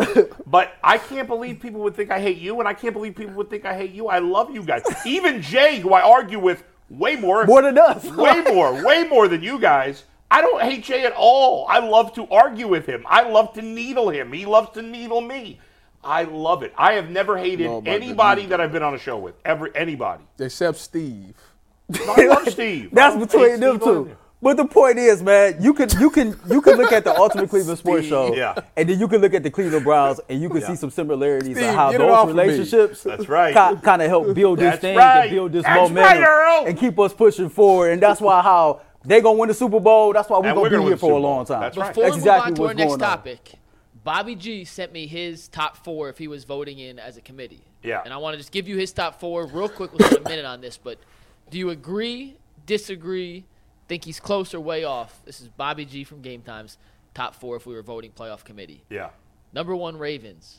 S1: But I can't believe people would think I hate you, and I can't believe people would think I hate you. I love you guys. Even Jay, who I argue with way more,
S3: More than us.
S1: way more, way more than you guys. I don't hate Jay at all. I love to argue with him. I love to needle him. He loves to needle me. I love it. I have never hated
S3: Oh
S2: No, but
S1: anybody that I've been on a show with. Ever anybody.
S2: Except Steve.
S1: No, I love Steve.
S3: That's
S1: I don't hate
S3: between them
S1: Steve
S3: two.
S1: either.
S3: But the point is, man, you can you can you can look at the Ultimate Cleveland Sports Show,
S1: yeah.
S3: and then you can look at the Cleveland Browns, and you can see some similarities in
S2: Steve,
S3: how
S2: get it off
S3: those
S2: of me.
S3: relationships
S1: That's right.
S3: kind of help build this
S1: That's
S3: thing
S1: right.
S3: and build this
S1: That's
S3: momentum
S1: right, Earl.
S3: and keep us pushing forward. And that's why how they gonna win the Super Bowl. That's why we
S1: And
S3: gonna
S1: we're gonna
S3: be
S1: win
S3: here
S1: the
S3: for
S1: Super
S3: a
S1: Bowl.
S3: long time.
S1: That's right.
S4: Before
S3: That's
S4: we
S3: exactly
S4: move on
S3: what's
S4: to our next
S3: going on.
S4: topic, Bobby G sent me his top four if he was voting in as a committee.
S1: Yeah.
S4: And I want to just give you his top four real quick. We'll spend a minute on this, but do you agree, disagree, think he's close or way off, this is Bobby G from Game Times, top four if we were voting playoff committee.
S1: Yeah.
S4: Number one, Ravens.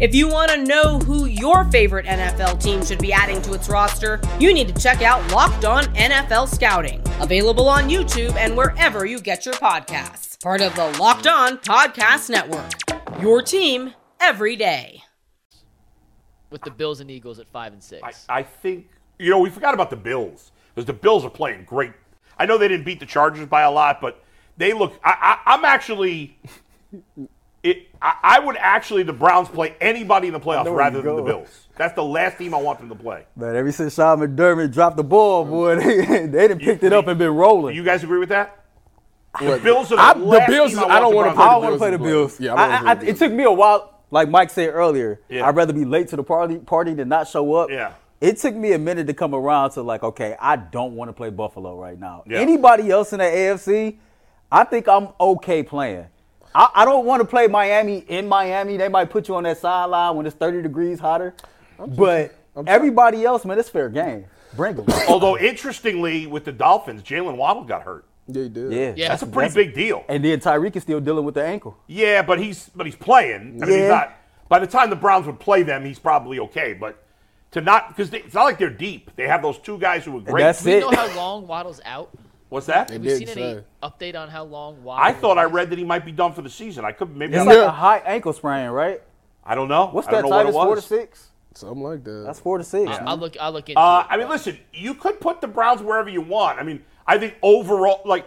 S5: If you want to know who your favorite NFL team should be adding to its roster, you need to check out Locked On NFL Scouting, available on YouTube and wherever you get your podcasts. Part of the Locked On Podcast Network. Your team every day.
S4: With the Bills and Eagles at five and six.
S1: I, I think you know we forgot about the Bills because the Bills are playing great. I know they didn't beat the Chargers by a lot, but they look. I, I, I'm actually. It, I, I would actually the Browns play anybody in the playoffs
S3: where
S1: rather
S3: you
S1: than the
S3: go.
S1: Bills. That's the last team I want them to play.
S3: Man, ever since Sean McDermott dropped the ball, boy, they, they done picked it up and been rolling.
S1: You guys agree with that? The
S2: What?
S1: Bills are the
S2: I- the
S1: last
S2: Bills
S1: team
S2: is-
S1: I
S2: I don't
S1: want the
S2: wanna play
S3: I
S1: Browns
S3: don't want to play the
S2: and
S3: Bills.
S2: Blues. Yeah, I don't
S3: I,
S2: wanna
S3: I,
S2: play the
S3: it took me a while, like Mike said earlier.
S1: Yeah.
S3: I'd rather be late to the party party than not show up.
S1: Yeah.
S3: It took me a minute to come around to like, okay, I don't want to play Buffalo right now.
S1: Yeah.
S3: Anybody else in the AFC, I think I'm okay playing. I, I don't want to play Miami in Miami. They might put you on that sideline when it's 30 degrees hotter. But everybody else, man, it's fair game. Bring them.
S1: Although interestingly, with the Dolphins, Jalen Waddle got hurt.
S2: They did.
S3: yeah.
S4: Yeah.
S1: That's a pretty big deal.
S3: And then Tyreek is still dealing with the ankle.
S1: Yeah, but he's but he's playing. I mean,
S3: Yeah.
S1: he's not. By the time the Browns would play them, he's probably okay. But to not because it's not like they're deep. They have those two guys who are great.
S3: that's
S4: Do
S3: it.
S4: you know how long Waddle's out?
S1: What's that?
S4: Have you seen
S2: did
S4: any
S2: say.
S4: update on how long Waddle?
S1: I thought I read that he might be done for the season. I could maybe. I'm-
S3: It's like a high ankle sprain, right?
S1: I don't know.
S3: What's
S1: I don't
S3: that,
S1: know what it
S3: Titus? Four to
S1: was.
S3: six?
S2: Something like that.
S3: That's four to six.
S4: I'll,
S3: man.
S4: I'll look. I'll look into.
S1: Uh,
S4: it.
S1: I mean, listen, you could put the Browns wherever you want. I mean, I think overall, like,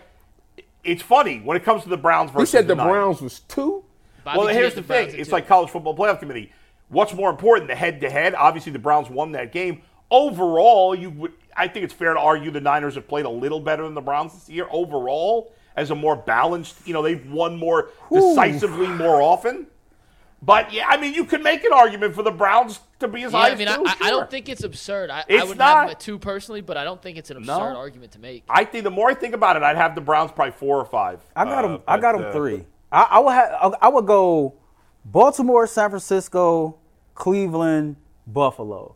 S1: it's funny when it comes to the Browns
S2: He
S1: versus
S2: said the
S1: Niners.
S2: Browns was two.
S4: Bobby
S1: Well,
S4: G
S1: here's
S4: had
S1: the
S4: Browns
S1: thing:
S4: at
S1: it's
S4: two.
S1: like college football playoff committee. What's more important, the head-to-head? Obviously, the Browns won that game. Overall, you would. I think it's fair to argue the Niners have played a little better than the Browns this year. Overall, as a more balanced, you know, they've won more decisively, more often. But yeah, I mean, you could make an argument for the Browns to be as
S4: Yeah,
S1: high
S4: I mean,
S1: as
S4: I,
S1: two,
S4: I- I
S1: sure.
S4: don't think it's absurd. I, I
S1: It's
S4: would have him
S1: not.
S4: at two personally, but I don't think it's an absurd argument to make.
S1: I think the more I think about it, I'd have the Browns probably four or five.
S3: I got
S1: Uh,
S3: him. I
S1: but,
S3: got him
S1: uh,
S3: three. I, I would have. I, I would go Baltimore, San Francisco, Cleveland, Buffalo.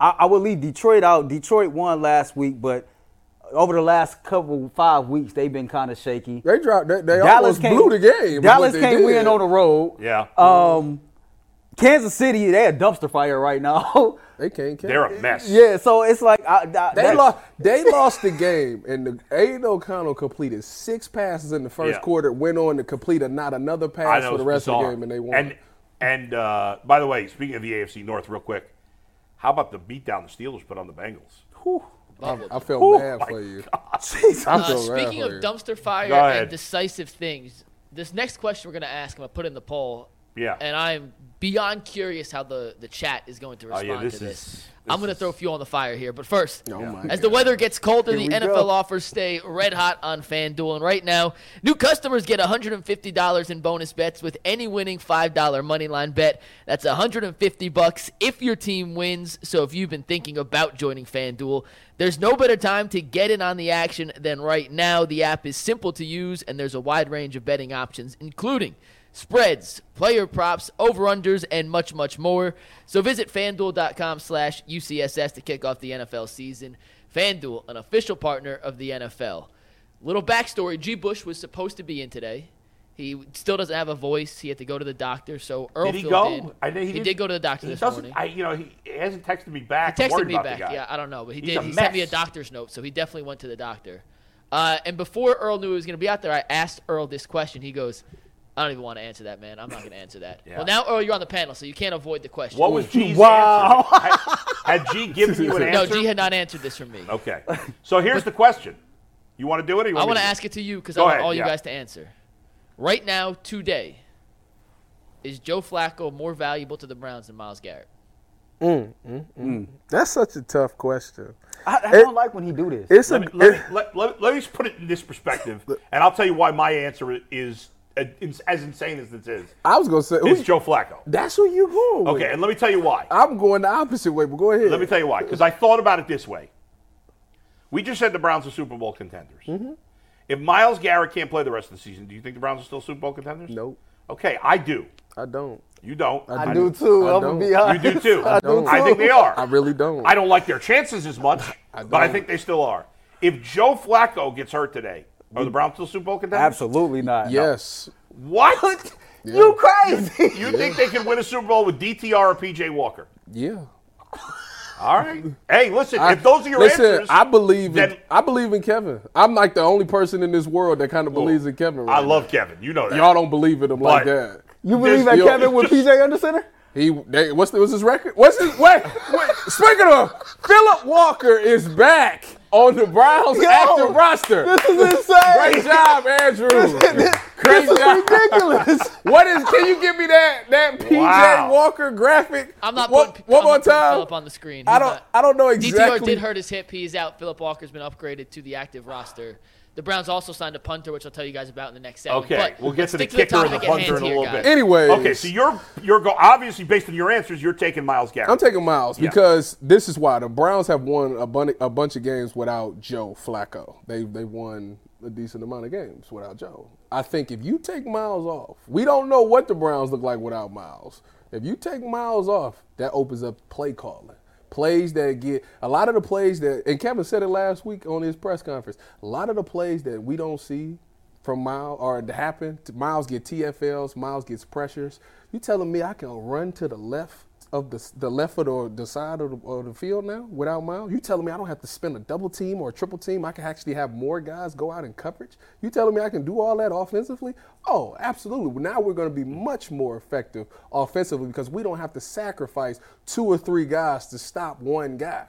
S3: I, I would leave Detroit out. Detroit won last week, but over the last couple five weeks, they've been kind of shaky.
S2: They dropped. They, they almost
S3: came-
S2: blew the game. is what
S3: Dallas
S2: they
S3: can't
S2: did.
S3: win on the road.
S1: Yeah,
S3: Um, Kansas City, they a dumpster fire right now.
S2: They can't. Catch.
S1: they're a mess.
S3: yeah, so it's like I, I,
S2: They
S3: that-
S2: lost. They lost the game, and the Aiden O'Connell completed six passes in the first
S1: Yeah.
S2: quarter. Went on to complete a, not another
S1: I
S2: pass
S1: know
S2: for the
S1: it's
S2: rest of the
S1: bizarre.
S2: game, and they won.
S1: And and uh, by the way, speaking of the AFC North, real quick, how about the beatdown the Steelers put on the Bengals?
S2: I felt bad for you. I
S4: Uh,
S2: feel bad
S4: speaking
S2: for
S4: of
S2: you.
S4: dumpster fire
S1: Go
S4: and
S1: ahead.
S4: decisive things, this next question we're going to ask, I'm going to put in the poll.
S1: Yeah.
S4: And I'm beyond curious how the, the chat is going to
S1: Oh, yeah,
S4: respond
S1: this
S4: to this.
S1: is-
S4: I'm going to throw fuel on the fire here. But first,
S3: Oh,
S2: my
S4: as the weather gets colder, the
S3: we
S4: NFL
S3: go.
S4: offers stay red hot on FanDuel. And right now, new customers get $150 in bonus bets with any winning $5 moneyline bet. That's 150 bucks if your team wins. So if you've been thinking about joining FanDuel, there's no better time to get in on the action than right now. The app is simple to use and there's a wide range of betting options including spreads, player props, over-unders, and much, much more. So visit FanDuel.com slash UCSS to kick off the NFL season. FanDuel, an official partner of the NFL. Little backstory, G. Bush was supposed to be in today. He still doesn't have a voice. He had to go to the doctor, so Earl
S1: Did he
S4: Phil
S1: go?
S4: did.
S1: I know
S4: he did go to the doctor
S1: he
S4: this
S1: doesn't-
S4: morning.
S1: I, you know, he, he hasn't texted me back.
S4: He
S1: I'm
S4: texted
S1: worried
S4: me
S1: about the
S4: back.
S1: guy.
S4: Yeah, I don't know, but he
S1: He's
S4: did.
S1: a
S4: He sent me a
S1: mess.
S4: doctor's note, so he definitely went to the doctor. Uh, and before Earl knew he was going to be out there, I asked Earl this question. He goes, "I don't even want to answer that, man. I'm not going to answer that." Well, now Earl, you're on the panel, so you can't avoid the question.
S1: What was G's
S3: Wow.
S1: answer? Had, had G given you an
S4: no,
S1: answer?
S4: G had not answered this from me.
S1: okay. So here's the question. You want to do it? Or you
S4: I
S1: want
S4: want
S1: me
S4: to ask it to you because I
S1: Go
S4: want
S1: ahead,
S4: all you
S1: yeah.
S4: guys to answer. Right now, today, is Joe Flacco more valuable to the Browns than Miles Garrett?
S2: That's such a tough question.
S3: I, I don't like when he do this.
S2: It's
S1: Let
S2: a,
S1: me, let, me,
S2: it-
S1: let, let, let me just put it in this perspective, and I'll tell you why my answer i- is uh, ins- as insane as this is.
S2: I was gonna say who,
S1: It's Joe Flacco.
S2: that's who you going with.
S1: Okay, and let me tell you why.
S2: I'm going the opposite way, but go ahead.
S1: Let me tell you why. Because I thought about it this way. We just said the Browns are Super Bowl contenders. If Miles Garrett can't play the rest of the season, do you think the Browns are still Super Bowl contenders?
S2: Nope.
S1: Okay, I do.
S2: I don't.
S1: You don't. do.
S2: I I
S3: I'm
S2: don't.
S3: gonna be honest.
S1: You do too. I,
S2: don't.
S1: think they are.
S2: I really don't.
S1: I don't like their chances as much, but I think they still are. If Joe Flacco gets hurt today, are the Browns still Super Bowl contenders?
S3: Absolutely not.
S2: Yes.
S1: What?
S3: You crazy?
S1: You think they can win a Super Bowl with DTR or PJ Walker?
S2: Yeah.
S1: All right. Hey, listen.
S2: I-
S1: if those are your
S2: listen,
S1: answers,
S2: I believe in
S1: then-
S2: I believe in Kevin. I'm like the only person in this world that kind of believes in Kevin. Right
S1: I love Kevin. You know that.
S2: now. y'all. Don't believe in him like that.
S3: You believe that
S2: Yo,
S3: Kevin with
S1: it's just-
S3: PJ Under Center?
S2: He they, what's the, what's his record? What's his wait? wait speaking of, Philip Walker is back on the Browns
S3: Yo,
S2: active roster.
S3: This is insane.
S2: Great job, Andrew. Great
S3: This is
S2: job.
S3: ridiculous.
S2: What is? Can you give me that that PJ
S1: Wow.
S2: Walker graphic?
S4: I'm not
S2: one,
S4: putting,
S2: one
S4: I'm
S2: more
S4: not putting
S2: time.
S4: Phillip on the screen.
S2: I
S4: He's
S2: don't.
S4: not.
S2: I don't know exactly.
S4: DTR did hurt his hip. He is out. Philip Walker's been upgraded to the active roster. The Browns also signed a punter, which I'll tell you guys about in the next segment.
S1: Okay,
S4: but
S1: we'll get
S4: let's
S1: to the
S4: stick
S1: kicker and the
S4: topic at
S1: punter
S4: hand
S1: in a
S4: here,
S1: little
S4: guys.
S1: bit.
S2: Anyways,
S1: Okay, so you're you're go obviously based on your answers, you're taking Miles Garrett.
S2: I'm taking Miles because this is why the Browns have won a, bun- a bunch of games without Joe Flacco. They they won a decent amount of games without Joe. I think if you take Miles off, we don't know what the Browns look like without Miles. If you take Miles off, that opens up play calling. Plays that get a lot of the plays that and Kevin said it last week on his press conference. A lot of the plays that we don't see from Miles or to happen. to- Miles get TFLs. Miles gets pressures. You telling me I can run to the left of the the left of the, the side of the, of the field now without Miles? You telling me I don't have to spin a double team or a triple team? I can actually have more guys go out in coverage. You telling me I can do all that offensively? Oh, absolutely. Well, now we're going to be much more effective offensively because we don't have to sacrifice two or three guys to stop one guy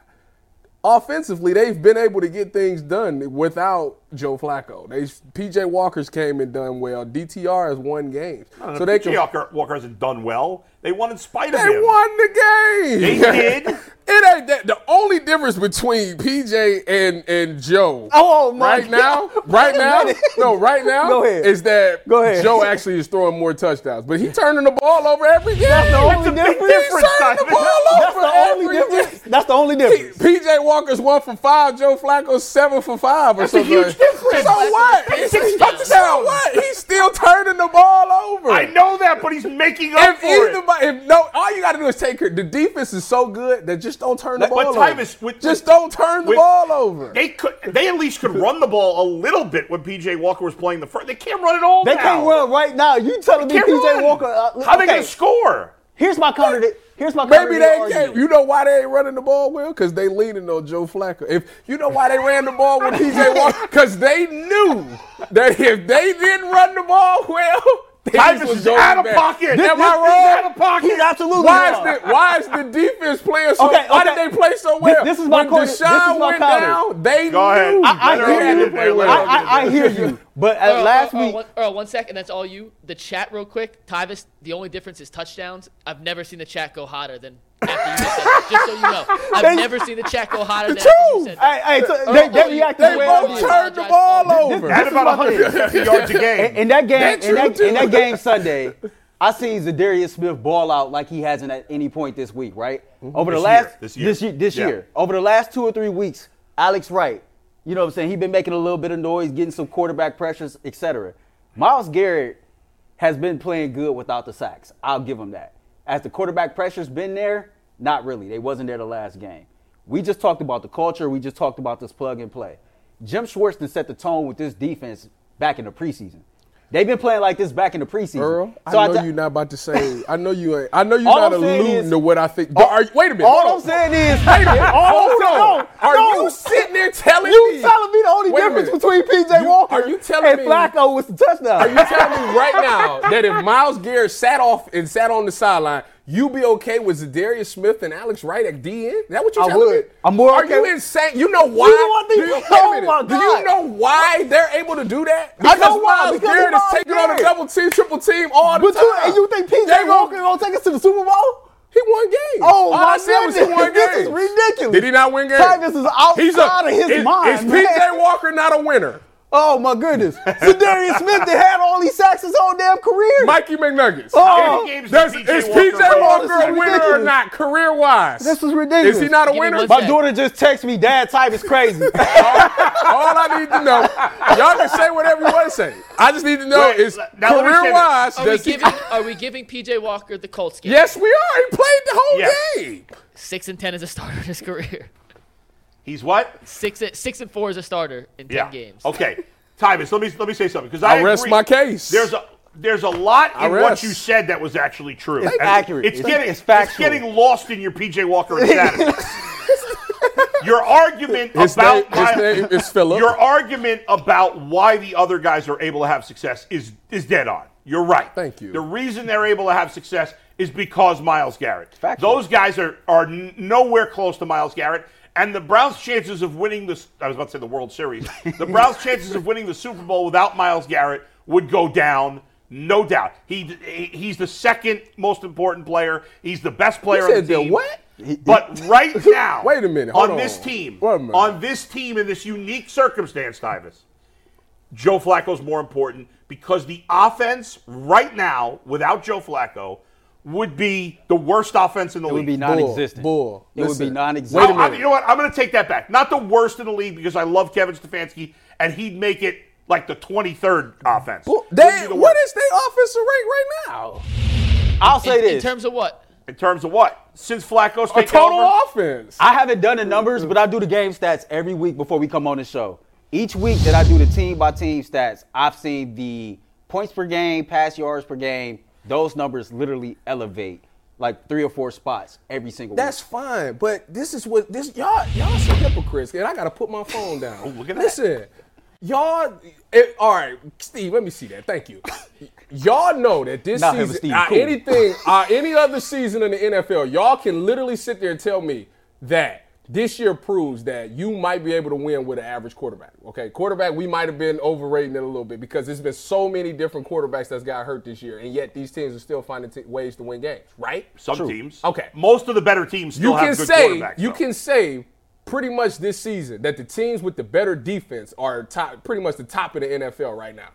S2: offensively, they've been able to get things done without Joe Flacco. They PJ Walker's came and done well. DTR has won games,
S1: Uh,
S2: so they can.
S1: Walker, Walker hasn't done well. They won in spite of
S2: They
S1: him.
S2: won the game.
S1: They did.
S2: It ain't that. The only difference between PJ and and Joe.
S3: Oh, my
S2: Right now, right now, no, right now
S3: Go ahead.
S2: is that
S3: Go ahead.
S2: Joe actually is throwing more touchdowns, but he turning the ball over every game.
S3: That's the only
S1: big
S3: difference.
S1: difference,
S2: He's turning
S1: Simon.
S2: the ball
S3: That's
S2: over
S3: the only
S2: every
S3: difference.
S2: game.
S3: That's the only difference.
S2: PJ Walker's one for five, Joe Flacco's seven for five or
S1: That's a
S2: something.
S1: huge
S2: like-
S1: difference.
S2: So what?
S1: That's six touchdowns.
S2: So what? He's still turning the ball over.
S1: I know that, but he's making up
S2: If
S1: for it.
S2: either, if no, all you got to do is take her. The defense is so good that just don't turn the
S1: But- but
S2: ball
S1: time
S2: over.
S1: is- with-
S2: just
S1: with-
S2: don't turn the
S1: with-
S2: ball over.
S1: They could. They at least could run the ball a little bit when PJ Walker was playing the first. They can't run it all.
S3: They
S1: now.
S3: can't run right now. You telling me
S1: Can't
S3: PJ
S1: run.
S3: Walker? Uh,
S1: How they
S3: okay.
S1: gonna score?
S3: Here's my counter. to- Here's my counter.
S2: Maybe
S3: to your
S2: they
S3: argument.
S2: can't. You know why they ain't running the ball well? Because they leaning on Joe Flacco. If you know why they ran the ball with PJ Walker, because they knew that if they didn't run the ball well,
S1: Tyvus
S2: things was
S1: is
S2: going
S1: out of
S2: bad.
S1: pocket. This- this
S2: Am
S1: is
S2: I
S1: out
S2: wrong?
S1: of pocket.
S3: He's absolutely
S2: Why
S3: wrong.
S2: is, the, why is the defense playing so?
S3: Okay,
S2: Why
S3: okay.
S2: did they play so
S3: This-
S2: well?
S3: this is my
S2: when
S3: counter-
S2: Deshaun
S3: this is my
S2: went
S3: counter.
S2: down, they
S1: Go ahead.
S2: knew.
S1: I-
S3: I
S2: they
S3: hear
S2: had
S3: you.
S2: to play well.
S3: I, I, I hear you, but at
S2: Uh,
S4: Earl,
S3: last
S4: Earl, Earl,
S3: week,
S4: one, Earl, one second. That's all you. The chat, real quick. Tyvis, the only difference is touchdowns. I've never seen the chat go hotter than after you said that. Just so you know, I've
S3: They-
S4: never seen the chat go hotter than
S2: The
S4: after you
S2: two.
S3: hey,
S4: said that.
S3: hey, so they,
S4: Earl,
S3: they
S4: you-
S3: reacted
S2: uh, They
S3: the way I
S2: both
S3: did.
S2: turned the ball
S3: This-
S2: over.
S3: this-
S1: Had
S3: is
S1: about
S3: my thing.
S1: 150 yards a game.
S3: In, in that game,
S2: That's
S3: in that,
S2: true,
S3: in
S2: too.
S3: that game Sunday, I seen Zadarius Smith ball out like he hasn't at any point this week, right? Over
S1: This
S3: the last
S1: year, this year.
S3: Mm-hmm. this year, this
S1: Yeah.
S3: year. over the last two or three weeks, Alex Wright, you know what I'm saying? He's been making a little bit of noise, getting some quarterback pressures, etc. Miles Garrett has been playing good without the sacks. I'll give him that. As the quarterback pressure's been there, not really. They wasn't there the last game. We just talked about the culture. We just talked about this plug and play. Jim Schwartzman set the tone with this defense back in the preseason. They've been playing like this back in the preseason.
S2: Earl,
S3: So
S2: I know
S3: ta-
S2: you're not about to say. I know you ain't. I know you're
S3: All
S2: not
S3: I'm saying
S2: alluding
S3: is-
S2: to what I think. But are you, wait a minute.
S3: Oh, All
S2: hold
S3: I'm
S2: on.
S3: saying is,
S2: Wait a minute.
S3: all I'm
S2: Hold
S3: saying-
S2: on.
S3: no,
S2: Are
S3: no.
S2: you sitting there telling
S3: You
S2: me?
S3: telling me the only
S2: Wait a
S3: difference
S2: minute.
S3: between PJ
S2: You-
S3: Walker
S2: Are you telling
S3: and
S2: me?
S3: Flacco was the touchdown?
S2: Are you telling me right now that if Miles Garrett sat off and sat on the sideline, you be okay with Zadarius Smith and Alex Wright at DN? Is that what you
S3: I
S2: telling
S3: would.
S2: me?
S3: I'm more
S2: Are
S3: okay
S2: you
S3: with-
S2: insane? You know why?
S3: You know what they-
S2: do you, wait
S3: Oh
S2: a minute.
S3: my
S2: Do
S3: God.
S2: you know why they're able to do that?
S3: I know
S2: Because
S3: why,
S2: Miles
S3: because
S2: Garrett is
S3: Miles
S2: taking on a
S3: Garrett.
S2: double team, triple team all the
S3: But
S2: time.
S3: you, and you think PJ
S2: They won't-
S3: Walker gonna take us to the Super Bowl?
S2: He won games.
S3: Oh,
S2: All
S3: my
S2: I said was he
S3: goodness.
S2: won
S3: This
S2: games.
S3: is ridiculous.
S2: Did he not win games?
S3: Titus is outside of his
S2: is,
S3: mind,
S2: Is
S3: man.
S2: PJ Walker not a winner?
S3: Oh my goodness. Darius Smith that had all these sacks his whole damn career.
S2: Mikey McNuggets.
S3: Oh,
S1: Many games
S2: Does,
S1: did
S2: is PJ Walker,
S3: This is
S2: a winner or
S3: ridiculous.
S2: not, career wise?
S3: This is ridiculous.
S2: Is he not a
S4: Give me
S2: winner?
S4: one
S3: my
S4: sec.
S3: daughter just texted me, Dad, Titus crazy.
S2: All I need to know, y'all can say whatever you want to say. I just need to know
S1: Wait,
S2: is
S1: now let me say
S2: career wise,
S4: Are we,
S2: does he?
S4: giving, are we giving PJ Walker the Colts game?
S2: Yes, we are. He played the whole
S1: Yes.
S2: game.
S4: Six and ten as a starter in his career.
S1: He's what?
S4: Six and, six and four as a starter in ten
S1: Yeah.
S4: games.
S1: Okay, Tyvus, let me let me say something because I
S2: I rest
S1: agree.
S2: my case.
S1: There's a there's a lot in what
S2: rest.
S1: you said that was actually true.
S3: It's
S1: And
S3: accurate.
S1: It's,
S3: It's-
S1: getting
S3: it's factual.
S1: It's getting lost in your PJ Walker and Saturday. your argument
S2: his name,
S1: about my-
S2: his name is Philip.
S1: your argument about why the other guys are able to have success is is dead on. You're right.
S2: Thank you.
S1: The reason they're able to have success is because Miles Garrett.
S3: Factual.
S1: Those guys are are n- nowhere close to Miles Garrett. And the Browns' chances of winning this, I was about to say the World Series, the Browns' chances of winning the Super Bowl without Miles Garrett would go down, no doubt. He He's the second most important player. He's the best player on
S2: said
S1: the
S2: the
S1: team.
S2: what?
S1: But right now,
S2: Wait a minute,
S1: on,
S2: hold
S1: this
S2: on.
S1: team,
S2: Wait a minute.
S1: on this team in this unique circumstance, Tyvis, Joe Flacco's more important because the offense right now, without Joe Flacco, would be the worst offense in the
S3: it would
S1: league.
S3: be non-existent.
S2: bull.
S3: It would be
S2: Listen. Wait
S3: non-existent.
S2: a
S1: I- I-
S2: minute.
S1: you know what? I'm going to take that back. Not the worst in the league because I love Kevin Stefanski, and he'd make it like the 23rd offense.
S2: Bull-
S1: Wouldn't
S2: They,
S1: be the
S2: what
S1: worst.
S2: is their offensive rate right now?
S3: I'll say
S4: In, in
S3: this.
S4: terms of what?
S1: in terms of what? Since Flacco's
S2: A
S1: taken
S2: total
S1: over,
S2: offense.
S3: I haven't done the numbers, but I do the game stats every week before we come on the show. Each week that I do the team by team stats, I've seen the points per game, pass yards per game. Those numbers literally elevate like three or four spots every single
S2: That's
S3: week.
S2: fine, but this is what this y'all y'all some hypocrites, and I gotta put my phone down.
S1: Oh, look at that.
S2: Listen, y'all. it- all right, Steve, let me see that. Thank you. Y'all know that this
S3: Not him,
S2: season,
S3: Steve.
S2: uh,
S3: Cool.
S2: anything, uh, any other season in the NFL, y'all can literally sit there and tell me that this year proves that you might be able to win with an average quarterback. Okay, quarterback, we might have been overrating it a little bit because there's been so many different quarterbacks that's got hurt this year, and yet these teams are still finding t- ways to win games, right?
S1: some teams.
S2: Okay.
S1: Most of the better teams still
S2: you
S1: have
S2: can
S1: good
S2: say
S1: quarterbacks.
S2: you
S1: though.
S2: can say pretty much this season that the teams with the better defense are top, pretty much the top of the NFL right now.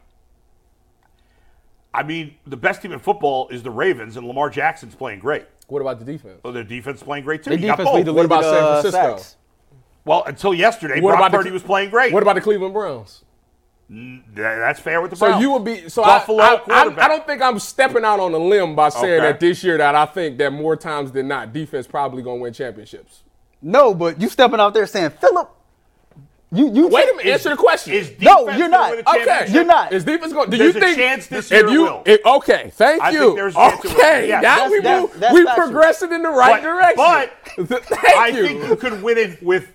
S1: I mean, the best team in football is the Ravens, and Lamar Jackson's playing great.
S2: What about the defense?
S1: Well, their defense is playing great too.
S3: The
S1: You got
S3: defense
S1: both.
S3: lead the league
S2: What about
S3: in,
S2: San
S3: uh,
S2: Francisco?
S3: sacks.
S1: Well, until yesterday,
S2: What
S1: Brock
S2: about the
S1: Purdy was playing great.
S2: What about the Cleveland Browns?
S1: Th- that's fair with the
S2: So
S1: Browns.
S2: you would be so I-
S1: Buffalo
S2: I, I, I,
S1: quarterback.
S2: don't think I'm stepping out on a limb by saying
S1: Okay.
S2: that this year that I think that more times than not defense probably gonna win championships.
S3: No, but you stepping out there saying, Philip, you you
S2: Wait a minute, answer the question.
S1: Is defense
S3: No,
S1: gonna
S3: you're not.
S1: win a
S3: Okay,
S1: championship?
S3: you're not.
S2: Is defense going? Do
S1: There's
S2: you
S1: a
S2: think
S1: chance this
S2: if
S1: year
S2: you
S1: will.
S2: if- okay? Thank
S1: I
S2: you.
S1: think there's a chance it will.
S2: okay,
S1: Yeah,
S2: now
S1: that's-
S2: we
S3: that's-
S2: move.
S3: that's
S2: we
S3: factual.
S2: progressing in the right
S1: But,
S2: direction.
S1: but
S2: thank
S1: I
S2: you.
S1: think you could win it with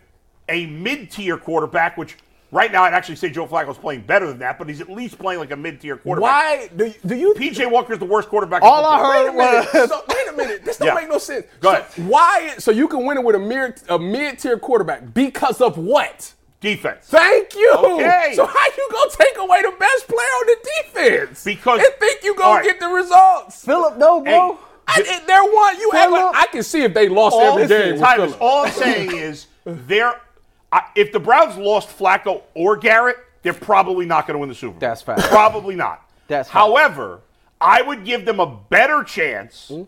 S1: a mid-tier quarterback, which right now I'd actually say Joe Flacco's playing better than that, but he's at least playing like a mid-tier quarterback.
S2: Why do, do you?
S1: PJ Walker's the worst quarterback.
S3: All
S1: in
S3: I
S1: football.
S3: heard-
S2: Wait a minute. so, wait a minute. This don't
S1: Yeah.
S2: make no sense.
S1: Go
S2: so
S1: ahead.
S2: Why? So you can win it with a mere a mid tier quarterback because of what?
S1: defense.
S2: Thank you.
S1: Okay.
S2: So how you gonna take away the best player on the defense?
S1: Because-
S2: and think you gonna
S1: all right.
S2: get the results?
S3: Philip, no, bro.
S1: Hey,
S2: I, and they're one. You act
S3: Phillip-
S2: like I can see if they lost
S1: all,
S2: every game. with
S1: Tyvus,
S2: Phillip.
S1: all I'm saying is they're I, if the Browns lost Flacco or Garrett, they're probably not going to win the Super Bowl.
S3: That's fact.
S1: Probably not.
S3: That's fact.
S1: However, I would give them a better chance
S3: Mm,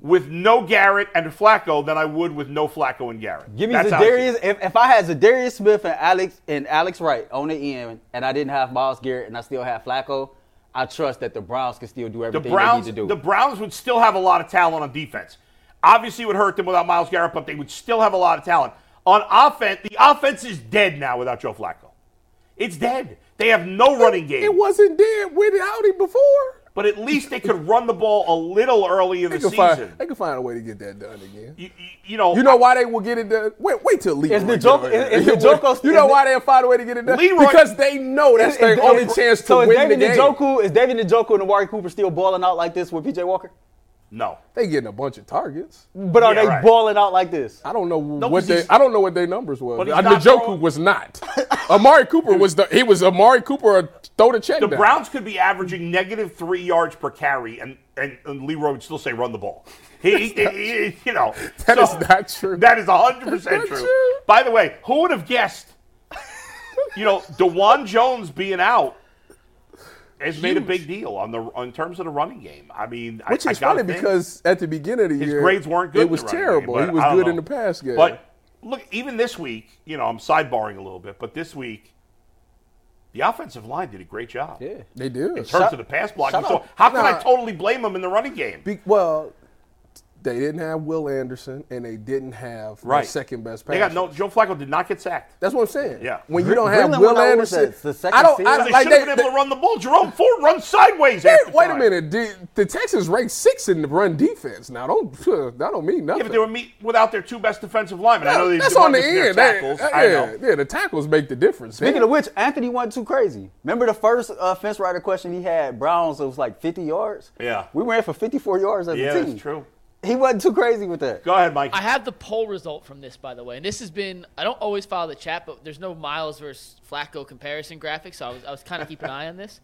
S1: with no Garrett and Flacco than I would with no Flacco and Garrett.
S3: Give me
S1: That's how I see it.
S3: Zadarius. If, if I had Zadarius Smith and Alex and Alex Wright on the end, and I didn't have Miles Garrett, and I still have Flacco, I trust that the Browns can still do
S1: The
S3: everything
S1: Browns,
S3: they need to do.
S1: the Browns would still have a lot of talent on defense. Obviously, it would hurt them without Miles Garrett, but they would still have a lot of talent on offense. The offense is dead now without Joe Flacco. It's dead. They have no running game.
S2: It wasn't dead without him before.
S1: But at least they could run the ball a little early in
S2: They
S1: the
S2: can,
S1: season.
S2: find, they can find a way to get that done again.
S1: you, you- you know,
S2: You know why they will get it done? Wait, wait till Leroy.
S3: It's the
S2: get
S3: Joko-
S2: it done.
S3: it's the Joko-
S2: You know
S3: it's
S2: why they'll find a way to get it done?
S1: Leroy-
S2: because they know that's their
S3: Is- is-
S2: only
S3: is-
S2: chance to
S3: so is
S2: win
S3: David
S2: the game.
S3: Njoku, is David Njoku and Amari Cooper still balling out like this with PJ Walker?
S1: no.
S2: They getting a bunch of targets.
S3: But are
S1: Yeah,
S3: they
S1: right.
S3: balling out like this?
S2: I don't know what
S1: 'cause
S2: they.
S1: he's-
S2: I don't know what their numbers was.
S1: But he's
S2: Uh,
S1: not
S2: Njoku
S1: throwing-
S2: was not. Amari Cooper was the. He was Amari Cooper a Throw the check
S1: The
S2: down.
S1: Browns could be averaging negative three yards per carry, and, and, and Leroy would still say run the ball. He, he- he- you know,
S2: That is not true.
S1: That is hundred percent
S2: That's not
S1: true.
S2: true.
S1: By the way, who would have guessed? You know, Dewan Jones being out has made a big deal on the in terms of the running game. I mean, I-
S2: Which
S1: I
S2: is
S1: gotta
S2: funny
S1: think-
S2: because at the beginning of the
S1: his
S2: year,
S1: grades weren't good.
S2: It
S1: in the
S2: was
S1: running game,
S2: terrible.
S1: but
S2: he was
S1: I don't
S2: good
S1: know.
S2: in the pass game.
S1: But look, even this week, you know, I'm sidebarring a little bit, but this week, the offensive line did a great job. Yeah.
S2: they did.
S1: In terms of the pass blocking, so how can I totally blame them in the running game?
S2: Be- well, they didn't have Will Anderson, and they didn't have their
S1: Right.
S2: second best pass.
S1: They got no. Joe Flacco did not get sacked.
S2: That's what I'm saying.
S1: Yeah.
S2: When you don't have
S3: Greenland
S2: Will
S3: went out, what was
S2: Anderson,
S3: that, the second
S2: I don't. I,
S3: seed?
S1: they
S2: like,
S1: should have
S2: they-
S1: been able
S2: they-
S1: to run the ball. Jerome Ford runs sideways.
S2: Hey,
S1: half the
S2: wait a
S1: time.
S2: minute. The, the Texans ranked sixth in the run defense. Now, don't that don't mean nothing.
S1: Yeah, but they were meet without their two best defensive linemen. I know they
S2: That's on the
S1: their
S2: end. That-
S1: Tackles.
S2: that-
S1: I
S2: yeah,
S1: know.
S2: yeah, the tackles make the difference.
S3: Speaking
S2: They-
S3: of which, Anthony went too crazy. Remember the first uh, fence rider question he had? Browns it was like 50 yards.
S1: Yeah.
S3: we ran for 54 yards as
S1: Yeah,
S3: a team.
S1: that's true.
S3: He wasn't too crazy with that.
S1: Go ahead, Mike.
S4: I have the poll result from this, by the way. And this has been, I don't always follow the chat, but there's no Miles versus Flacco comparison graphic, so I was, I was kind of keeping an eye on this.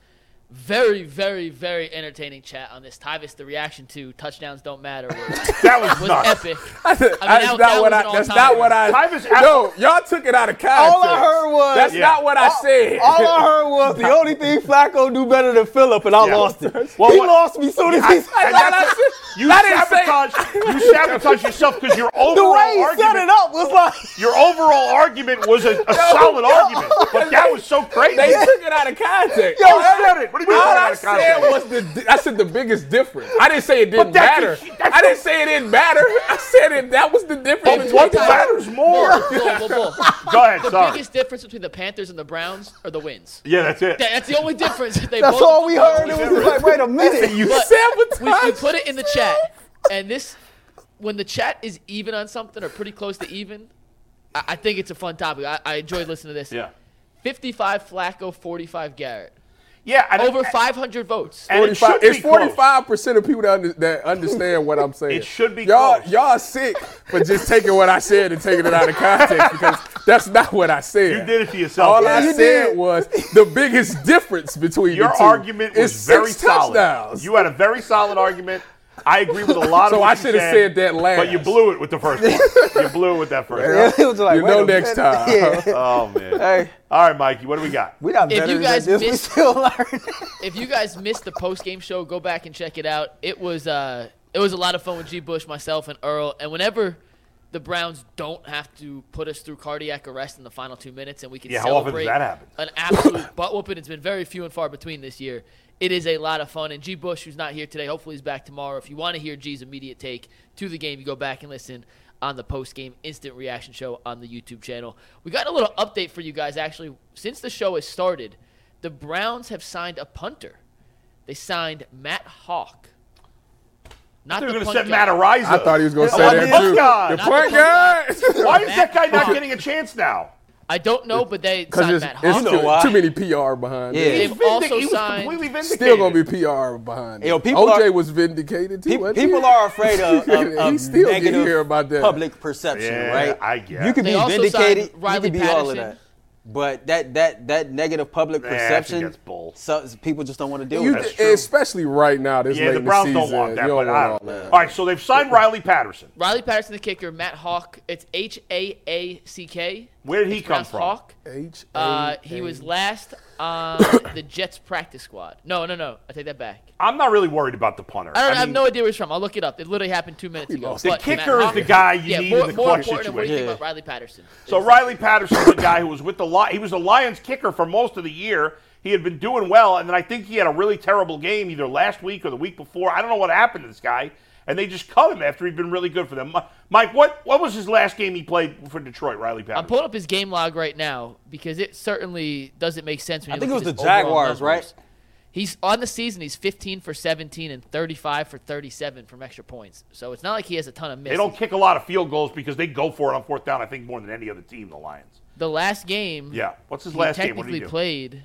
S4: Very, very, very entertaining chat on this. Tyvis, the reaction to touchdowns don't matter was,
S1: that was,
S4: was
S1: nuts.
S4: epic.
S2: That's
S4: that-
S2: not what
S4: that was
S2: I.
S4: an
S2: That's
S4: all-timer.
S2: not what
S1: Time is
S2: I.
S1: out.
S2: No, y'all took it out of context.
S3: All I heard was-
S2: That's
S3: Yeah.
S2: not what I said.
S3: All I heard was the only thing Flacco do better than Phillip, and I
S1: Yeah.
S3: lost it.
S1: Well,
S3: he
S1: what-
S3: lost me soon as
S1: I-
S3: he said
S1: and
S3: that.
S1: that's-
S3: I said-
S1: you
S3: I didn't say-
S1: sabotage. You sabotage yourself because your
S3: the
S1: overall
S3: way he
S1: argument.
S3: set it up was like.
S1: Your overall argument was a, a solid argument, but that was so crazy.
S2: They took it out of context.
S1: Yo, said it. What do you mean
S2: All
S1: took it out
S2: I
S1: of context?
S2: said was the. di- I said the biggest difference. I didn't say it didn't
S1: that's the-
S2: matter.
S1: that's
S2: I didn't say it didn't matter. I said it. That was the difference.
S1: But
S2: between
S1: what
S2: the-
S1: matters more?
S4: Bull, bull, bull.
S1: Go ahead.
S4: The
S1: Sorry.
S4: biggest difference between the Panthers and the Browns are the wins.
S1: yeah, that's it.
S4: That- that's the only difference. They
S3: That's
S4: both-
S3: all we heard. It was just like, wait a minute.
S2: You
S4: we, we
S2: sabotage.
S4: put it in the chat, and this when the chat is even on something or pretty close to even, I, I think it's a fun topic. I, I enjoy listening to this.
S1: Yeah.
S4: 55 Flacco, 45 Garrett.
S1: Yeah, and,
S4: Over 500 votes.
S1: and it
S2: 45
S1: should
S2: it's
S1: be close.
S2: forty-five percent of people that, under, that understand what I'm saying.
S1: It should be
S2: y'all.
S1: close.
S2: Y'all sick for just taking what I said and taking it out of context because that's not what I said.
S1: You did it to yourself.
S2: All
S1: Yeah,
S2: I
S3: you
S2: said
S3: did.
S2: was the biggest difference between
S1: Your
S2: the two
S1: argument was
S2: is
S1: very
S2: six
S1: solid.
S2: touchdowns.
S1: You had a very solid argument. I agree with a lot
S2: So
S1: of what
S2: I
S1: you
S2: should have said that last.
S1: But you blew it with the first one. you blew it with that first one.
S3: It was like,
S2: You
S3: wait
S2: know
S3: a
S2: next
S3: minute.
S2: time.
S3: Yeah.
S1: Oh, man.
S3: Hey,
S1: All right, Mikey, what do we got?
S3: we not
S4: If
S3: better
S4: you guys
S3: than this.
S4: missed-
S3: we still learning.
S4: If you guys missed the post game show, go back and check it out. It was uh, it was a lot of fun with G. Bush, myself, and Earl. And whenever the Browns don't have to put us through cardiac arrest in the final two minutes, and we can
S1: Yeah, how often does
S4: celebrate
S1: that happen?
S4: an absolute butt whooping. It's been very few and far between this year. It is a lot of fun. And G. Bush, who's not here today, hopefully he's back tomorrow. If you want to hear G's immediate take to the game, you go back and listen on the post game instant reaction show on the YouTube channel. We got a little update for you guys, actually. Since the show has started, the Browns have signed a punter. They signed Matt Hawk. Not
S1: They're
S4: the
S1: going to
S4: punt
S1: set
S4: guy.
S1: Matt Ariza.
S2: I thought he was going to
S1: Oh,
S2: say
S1: the
S2: that too.
S1: punt
S2: The
S1: guy.
S2: point guard.
S1: Why is that guy not getting a chance now?
S4: I don't know, but they signed
S2: Because
S4: Matt
S2: it's,
S4: Hawk.
S2: it's too, too many PR behind.
S3: Yeah.
S2: it.
S4: They've
S1: Vindic-
S4: also
S1: he was
S4: signed-
S1: completely vindicated.
S2: Still gonna be PR behind. it.
S3: Yo, people
S2: OJ
S3: are-
S2: was vindicated too.
S3: Pe-
S2: wasn't he?
S3: people are afraid of, of,
S2: He
S3: of
S2: still didn't
S3: negative
S2: hear about that.
S3: public perception,
S1: Yeah,
S3: right?
S1: I guess.
S3: You could
S4: They
S3: be
S4: also signed
S3: vindicated. You
S4: Riley
S3: could be all of
S4: Patterson.
S3: that. But that that that negative public
S1: I think
S3: perception,
S1: that's bull.
S3: so, people just don't want to deal
S2: You-
S3: with
S1: That's
S3: it.
S1: true.
S2: especially right now. This
S1: Yeah,
S2: late
S1: the
S2: in
S1: Browns
S2: season,
S1: don't want that,
S2: you
S1: but
S2: don't
S1: I
S2: want
S1: don't.
S2: all that.
S1: All right, so they've signed Riley Patterson.
S4: Riley Patterson, the kicker. Matt Hawk. It's H A A C K.
S1: Where did he
S4: It's
S1: come
S4: pronounced
S1: from?
S4: Hawk.
S2: H A-
S4: Uh, he was last on the Jets practice squad. No, no, no. I take that back.
S1: I'm not really worried about the punter.
S4: I don't. I, have
S1: mean,
S4: no idea where he's from. I'll look it up. It literally happened two minutes ago.
S1: The
S4: But
S1: kicker
S4: Matt
S1: is the
S4: Hawk-
S1: guy you
S4: Yeah,
S1: need
S4: more,
S1: in the
S4: more
S1: clutch
S4: important. What do you
S1: situation.
S4: think
S3: Yeah.
S4: about Riley Patterson?
S1: So Riley Patterson is the guy who was with the Lions. He was the Lions kicker for most of the year. He had been doing well, and then I think he had a really terrible game either last week or the week before. I don't know what happened to this guy, and they just cut him after he'd been really good for them. Mi- Mike, what what was his last game he played for Detroit? Riley
S4: I'm
S1: Patterson.
S4: pulling up his game log right now because it certainly doesn't make sense. When
S3: I
S4: you
S3: think
S4: look
S3: it
S4: at
S3: was
S4: his
S3: the
S4: overall
S3: Jaguars,
S4: numbers.
S3: right?
S4: He's on the season. He's 15 for 17 and 35 for 37 from extra points. So it's not like he has a ton of misses.
S1: they don't kick a lot of field goals because they go for it on fourth down. I think more than any other team, the Lions.
S4: The last game.
S1: Yeah. What's his
S4: he
S1: last game? What did
S4: technically
S1: he do?
S4: played.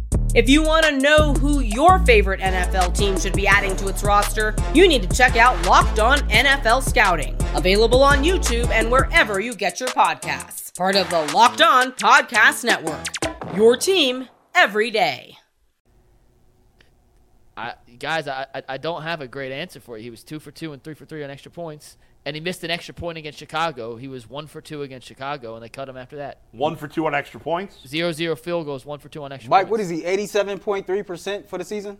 S5: If you want to know who your favorite NFL team should be adding to its roster, you need to check out Locked On NFL Scouting, available on YouTube and wherever you get your podcasts. Part of the Locked On Podcast Network. Your team every day.
S4: I, guys, I, I- I don't have a great answer for you. He was two for two and three for three on extra points, and he missed an extra point against Chicago. He was one for two against Chicago, and they cut him after that.
S1: One for two on extra points.
S4: Zero zero field goals, one for two on extra
S3: Mike,
S4: points.
S3: what is he? Eighty-seven point three percent for the season.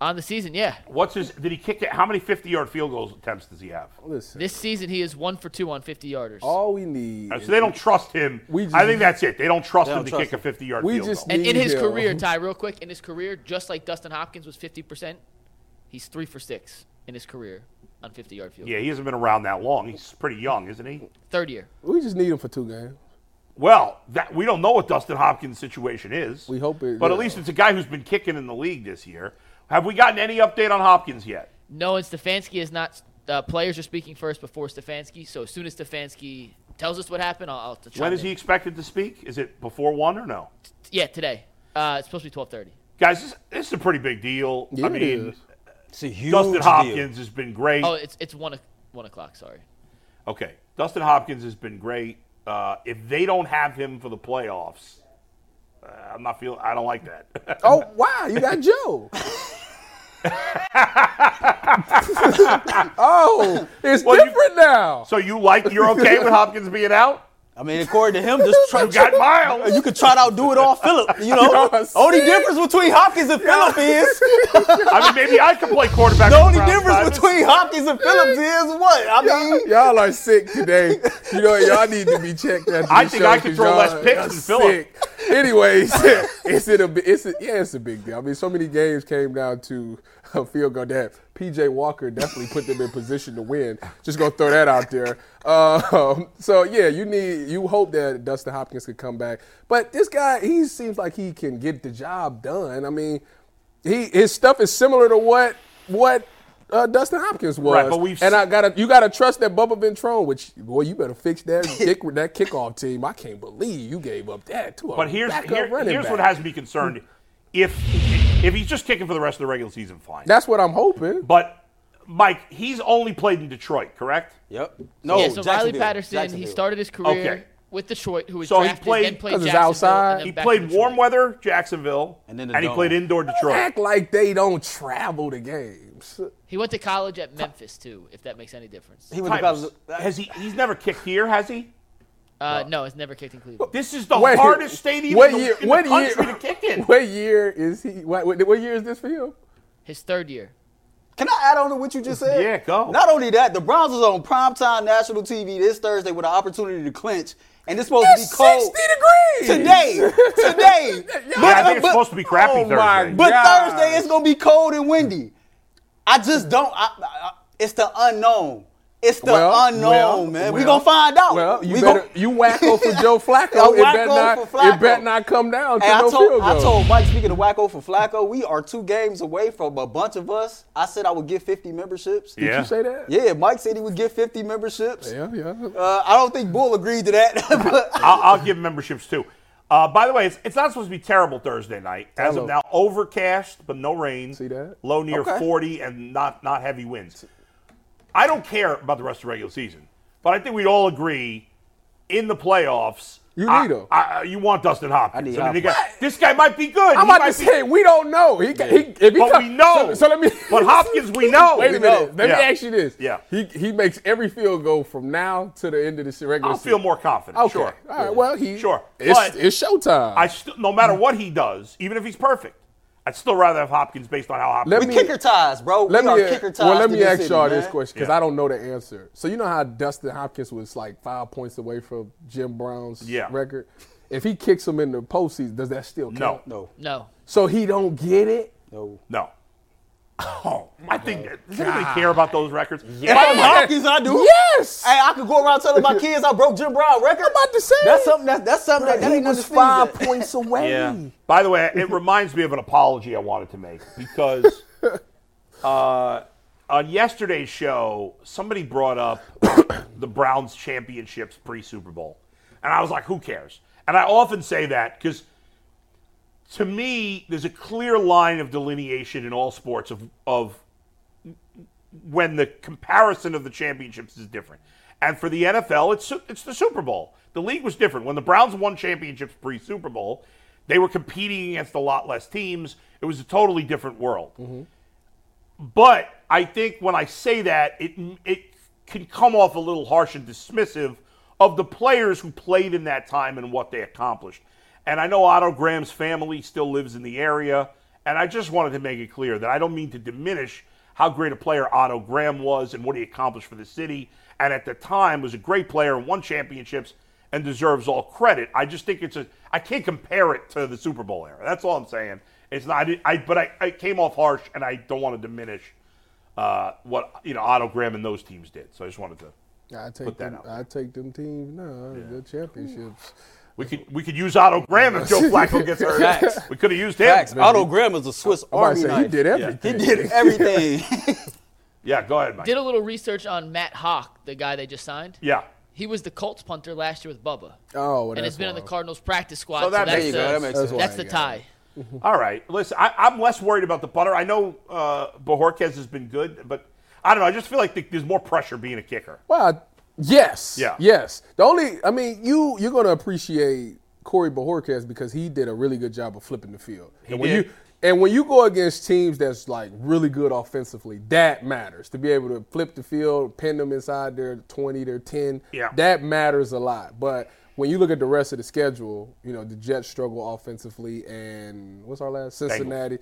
S4: on the season? Yeah,
S1: What's his? Did he kick it? How many 50-yard field goals attempts does he have?
S2: Listen,
S4: this season he is one for two on fifty yarders.
S2: all we
S1: All
S2: need.
S1: right, Uh, so they don't trust him.
S2: We just-
S1: I think that's it. They don't trust
S3: They
S1: him
S3: don't
S1: to
S3: trust
S1: kick
S3: him.
S1: a 50-yard
S2: We
S1: field
S2: just
S1: goal.
S4: And in his
S2: Yeah.
S4: career, Ty, real quick, in his career, just like Dustin Hopkins was 50%, he's 3 for 6 in his career on 50 yard field.
S1: yeah, he hasn't been around that long. He's pretty young, isn't he?
S4: Third year.
S2: we just need him for two games.
S1: Well, that we don't know what Dustin Hopkins' situation is.
S2: We hope it-
S1: But at
S2: yeah.
S1: least it's a guy who's been kicking in the league this year. Have we gotten any update on Hopkins yet?
S4: No, and Stefanski is not. Uh, players are speaking first before Stefanski. So as soon as Stefanski tells us what happened, I'll, I'll try.
S1: When is he expected to speak? Is it before one or no?
S4: Yeah, today. Uh, it's supposed to be 12:30.
S1: Guys, this, this is a pretty big deal. I
S2: Yeah, it
S1: mean,
S2: is.
S3: It's a huge
S1: Dustin
S3: deal.
S1: Hopkins has been great.
S4: Oh, it's it's one o- one o'clock. Sorry.
S1: Okay, Dustin Hopkins has been great. Uh, if they don't have him for the playoffs, uh, I'm not feeling. I don't like that.
S2: Oh wow, you got Joe. oh, it's
S1: Well, you-
S2: different now.
S1: so you like? You're okay with Hopkins being out?
S3: I mean, according to him, just try,
S1: You got Miles.
S3: you could try to outdo it all, Philip. You know,
S2: Yes.
S3: only difference between Hopkins and Philip is
S1: I mean, maybe I could play quarterback.
S3: the
S1: for
S3: only
S1: Browns
S3: difference
S1: Diamonds.
S3: between Hopkins and Phillips is what? I mean,
S2: Y'all are sick today. You know, y'all need to be checked after
S1: I
S2: the
S1: think
S2: show
S1: I could
S2: 'cause
S1: throw
S2: y'all
S1: less picks than
S2: are
S1: Phillip.
S2: sick. Anyways, it's it a bi- it's a, yeah, it's a big deal. I mean, so many games came down to a field goal that PJ Walker definitely put them in position to win. Just gonna throw that out there. Um, so yeah, you need you hope that Dustin Hopkins could come back, but this guy he seems like he can get the job done. I mean, he his stuff is similar to what what. Uh, Dustin Hopkins was,
S1: Right, but we've
S2: and
S1: se-
S2: I gotta you gotta trust that Bubba Ventrone, which boy, you better fix that dick with that kickoff team. I can't believe you gave up that to a
S1: But here's
S2: backup
S1: here-
S2: running
S1: here's
S2: back.
S1: what has me concerned. If if he's just kicking for the rest of the regular season, fine.
S2: That's what I'm hoping.
S1: but Mike, he's only played in Detroit, correct?
S3: yep. No,
S1: Oh,
S4: yeah, so Riley
S3: Jacksonville,
S4: Patterson, he
S3: Jacksonville.
S4: started his career
S1: Okay.
S4: with Detroit, who was
S1: So he
S4: drafted,
S1: played-
S4: then played
S2: 'Cause it's
S4: Jacksonville,
S2: outside.
S4: and then
S1: He
S4: back to
S1: played warm
S4: Detroit.
S1: weather Jacksonville,
S3: And then the
S1: he
S3: dome.
S1: played indoor Detroit.
S2: Act like they don't travel to games.
S4: He went to college at Memphis too, if that makes any difference.
S3: He was
S1: Tyler's-
S3: about
S1: Has he? He's never kicked here, has he?
S4: Uh, no, it's never kicked in Cleveland.
S1: This is the
S2: Wait,
S1: hardest stadium
S2: what
S1: in the,
S2: year-
S1: in
S2: what
S1: the
S2: year-
S1: country to kick in.
S2: What year is he? What, what, what year is this for him?
S4: His third year.
S3: Can I add on to what you just said?
S1: Yeah, go.
S3: Not only that, the Browns was on primetime national TV this Thursday with an opportunity to clinch, and it's supposed
S2: It's
S3: to be cold
S2: 60 degrees
S3: today. Today,
S2: Yeah,
S1: I think it's
S3: but-
S1: supposed to be crappy
S2: Oh
S1: Thursday.
S2: my God.
S3: But
S2: Yes.
S3: Thursday it's gonna be cold and windy. I just don't. I, I, I- it's the unknown. It's the
S2: Well,
S3: unknown,
S2: well,
S3: man. we
S2: well.
S3: gonna find out.
S2: Well, you
S3: Oh, we
S2: better
S3: gon-
S2: you wacko for Joe
S3: I
S2: Flacco. It better
S3: wacko
S2: not.
S3: for Flacco.
S2: It better not come down to
S3: Hey, I
S2: no
S3: told,
S2: field
S3: I
S2: goal.
S3: told Mike, speaking of Wacko for Flacco, we are two games away from a bunch of us. I said I would get 50 memberships.
S1: Yeah.
S2: Did you say that?
S3: Yeah, Mike said he would get 50 memberships.
S2: Yeah, yeah.
S3: Uh, I don't think Bull agreed to that. but
S1: I'll, I'll give memberships too. Uh, by the way, it's, it's not supposed to be terrible Thursday night. As of
S2: Hello.
S1: now, overcast but no rain.
S2: See that?
S1: Low near
S3: Okay.
S1: 40 and not not heavy winds. I don't care about the rest of the regular season, but I think we'd all agree in the playoffs.
S2: You
S1: I-
S2: need him.
S1: I, I- you want Dustin Hopkins.
S3: need
S1: mean, the
S3: Hopkins.
S1: guy- this guy might be good.
S2: I'm
S1: He
S2: about
S1: might
S2: to
S1: be-
S2: say we don't know. He, ca- he if he
S1: But
S2: come-
S1: we know.
S2: So, so let me.
S1: But Hopkins, we know.
S2: Wait
S1: We
S2: a minute.
S1: know.
S2: Let me
S1: Yeah.
S2: ask you this.
S1: Yeah.
S2: He he makes every field goal from now to the end of the regular
S1: I'll
S2: season.
S1: feel more confident.
S2: Okay.
S1: Sure.
S2: All right. Well, he
S1: Sure.
S2: It's,
S1: But-
S2: it's showtime.
S1: I still, no matter what he does, even if he's perfect, I'd still rather have Hopkins based on how Hopkins.
S2: Let
S3: we
S2: me-
S3: kicker ties, bro.
S2: let
S3: we
S2: me
S3: are
S2: uh,
S3: kicker ties.
S2: well, let
S3: to
S2: me
S3: this
S2: ask
S3: city,
S2: y'all
S3: man.
S2: this question because
S1: Yeah.
S2: I don't know the answer. So you know how Dustin Hopkins was like five points away from Jim Brown's
S1: Yeah.
S2: record. If he kicks him in the postseason, does that still
S1: No.
S2: count?
S3: No,
S4: No.
S2: So he don't get it.
S3: no.
S1: no. Oh, I think does anybody care about those records?
S3: If
S1: If
S3: I
S1: I'm not-
S3: monkeys, I do.
S2: Yes.
S3: Hey, I could go around telling my kids I broke Jim Brown record.
S2: I'm about to say.
S3: That's something. That's, that's something that, that
S2: he
S3: ain't
S2: was
S3: nothing to
S2: five
S3: sneeze at.
S2: points away.
S1: Yeah. By the way, it reminds me of an apology I wanted to make because uh, on yesterday's show, somebody brought up the Browns championships pre Super Bowl, and I was like, "Who cares?" And I often say that because to me, there's a clear line of delineation in all sports of of when the comparison of the championships is different. And for the NFL, it's it's the Super Bowl. The league was different. When the Browns won championships pre Super Bowl, they were competing against a lot less teams. It was a totally different world. But I think when I say that, it it can come off a little harsh and dismissive of the players who played in that time and what they accomplished. And I know Otto Graham's family still lives in the area, and I just wanted to make it clear that I don't mean to diminish how great a player Otto Graham was and what he accomplished for the city. And at the time, was a great player and won championships and deserves all credit. I just think it's a I can't compare it to the Super Bowl era. That's all I'm saying. It's not. I, I but I, I came off harsh, and I don't want to diminish uh, what you know Otto Graham and those teams did. So I just wanted to.
S2: I
S1: Put
S2: take
S1: that
S2: them.
S1: out
S2: I take them teams. No, the championships.
S1: We could we could use Otto Graham if Joe Flacco gets hurt.
S3: Facts.
S1: We could have used him.
S3: Facts. Otto Graham is a Swiss
S2: I
S3: Army
S2: say he
S3: knife.
S2: did
S3: He
S2: everything.
S3: did everything.
S1: Yeah, go ahead, Mike.
S4: Did a little research on Matt Hawk, the guy they just signed.
S1: yeah.
S4: He was the Colts punter last year with Bubba,
S2: Oh, well,
S4: and
S2: that's
S4: has been on
S2: wild.
S4: the Cardinals practice squad.
S1: So
S4: So,
S1: that-
S4: that's
S1: there you
S4: the,
S1: go. That
S2: makes sense.
S4: that's the
S2: That's why
S4: tie.
S1: All right. Listen, I, I'm less worried about the punter. I know uh, Bajorquez has been good, but I don't know. I just feel like the, there's more pressure being a kicker.
S2: Well, yes.
S1: Yeah.
S2: Yes. The only, I mean, you you're gonna appreciate Corey Bajorquez because he did a really good job of flipping the field. He and when
S1: did.
S2: you and when you go against teams that's like really good offensively, that matters. To be able to flip the field, pin them inside their 20, their 10,
S1: Yeah.
S2: that matters a lot. But when you look at the rest of the schedule, you know, the Jets struggle offensively and what's our last Cincinnati.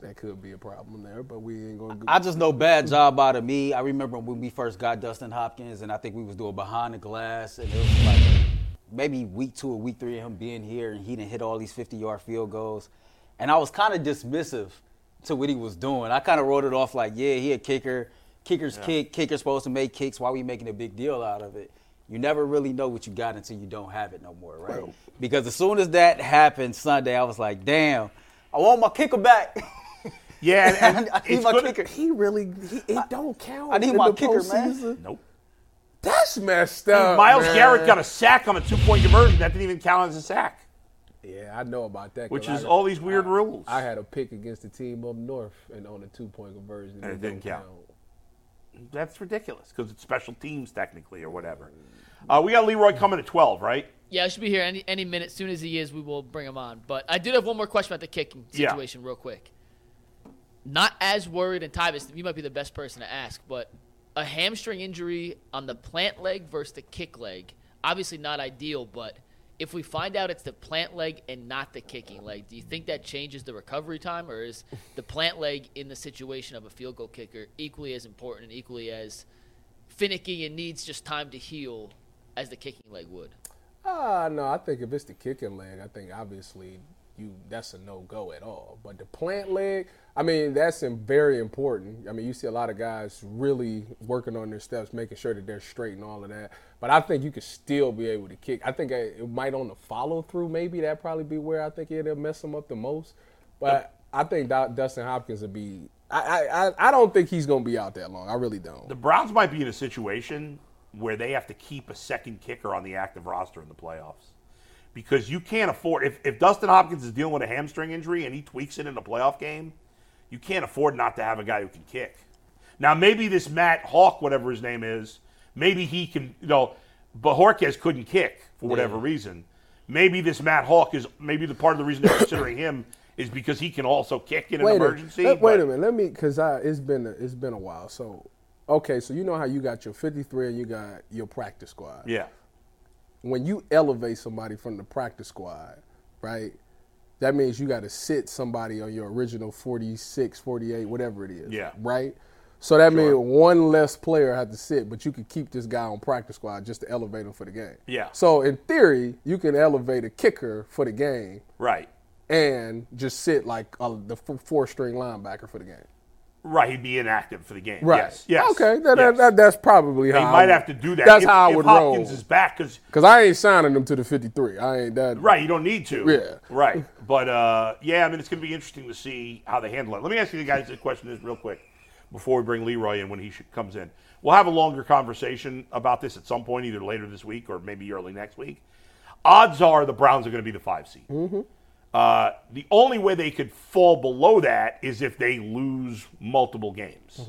S2: That could be a problem there, but we ain't gonna go.
S3: I just know bad job out of me. I remember when we first got Dustin Hopkins, and I think we was doing behind the glass, and it was like maybe week two or week three of him being here, and he didn't hit all these 50-yard field goals, and I was kind of dismissive to what he was doing. I kind of wrote it off like, yeah, he a kicker, kickers kick, kickers supposed to make kicks. Why we making a big deal out of it? You never really know what you got until you don't have it no more, right? Because as soon as that happened Sunday, I was like, damn, I want my kicker back.
S1: Yeah, and, and
S3: I need
S1: it's
S3: my
S1: good-
S3: kicker.
S2: he really, he, it don't count.
S3: I need
S2: in
S3: my
S2: the
S3: kicker, man.
S2: postseason.
S1: Nope.
S2: That's messed up.
S1: Miles
S2: Oh, man.
S1: Garrett got a sack on a two-point conversion. That didn't even count as a sack,
S2: Yeah, I know about that. 'cause
S1: which
S2: I
S1: is
S2: got-
S1: all these weird rules.
S2: I had a pick against the team up north and on a two point conversion.
S1: And it didn't
S2: don't
S1: count. That's ridiculous because it's special teams technically or whatever. Uh, we got Leroy coming at 12, right?
S4: Yeah, I should be here any any minute. Soon as he is, we will bring him on. But I did have one more question about the kicking
S1: Yeah.
S4: situation, real quick. Not as worried, and Tyvis, you might be the best person to ask, but a hamstring injury on the plant leg versus the kick leg, obviously not ideal. But if we find out it's the plant leg and not the kicking leg, do you think that changes the recovery time, or is the plant leg in the situation of a field goal kicker equally as important and equally as finicky and needs just time to heal as the kicking leg would?
S2: Ah, no, I think if it's the kicking leg, I think obviously you that's a no go at all. But the plant leg, I mean, that's im- very important. I mean, you see a lot of guys really working on their steps, making sure that they're straight and all of that. But I think you could still be able to kick. I think I, it might on the follow through, maybe that probably be where I think it'll mess them up the most. But I think Do- Dustin Hopkins would be. I, I I- I don't think he's gonna be out that long. I really don't.
S1: The Browns might be in a situation where they have to keep a second kicker on the active roster in the playoffs because you can't afford if, if Dustin Hopkins is dealing with a hamstring injury and he tweaks it in a playoff game, you can't afford not to have a guy who can kick. Now maybe this Matt Hawk, whatever his name is, maybe he can. You know, Bajorquez couldn't kick for whatever reason. Maybe this Matt Hawk is maybe the part of the reason they're considering him is because he can also kick in an
S2: wait
S1: emergency.
S2: A, let- wait
S1: but-
S2: a minute. Let me, cause I it's been a, it's been a while. So, okay, so you know how you got your 53 and you got your practice squad.
S1: Yeah.
S2: When you elevate somebody from the practice squad, right? That means you got to sit somebody on your original 46, 48, whatever it is.
S1: Yeah.
S2: Right. So that means one less player had to sit, but you could keep this guy on practice squad just to elevate him for the game.
S1: Yeah.
S2: So in theory, you can elevate a kicker for the game
S1: Right.
S2: and just sit like uh, the f- four string linebacker for the game.
S1: Right, he'd be inactive for the game.
S2: Right.
S1: Yes. Yes.
S2: Okay.
S1: yes.
S2: That, that, that, that's probably
S1: they
S2: how. I
S1: might
S2: would-
S1: have to do that.
S2: That's
S1: if,
S2: how I
S1: if
S2: would
S1: Hopkins
S2: roll.
S1: is back because
S2: Cause I ain't signing them to the fifty three. I ain't that.
S1: Right, you don't need to.
S2: Yeah.
S1: Right. But uh, yeah, I mean, it's going to be interesting to see how they handle it. Let me ask you the guys this question is real quick before we bring Leroy in when he sh- comes in. We'll have a longer conversation about this at some point, either later this week or maybe early next week. Odds are the Browns are going to be the five seed. Uh, the only way they could fall below that is if they lose multiple games.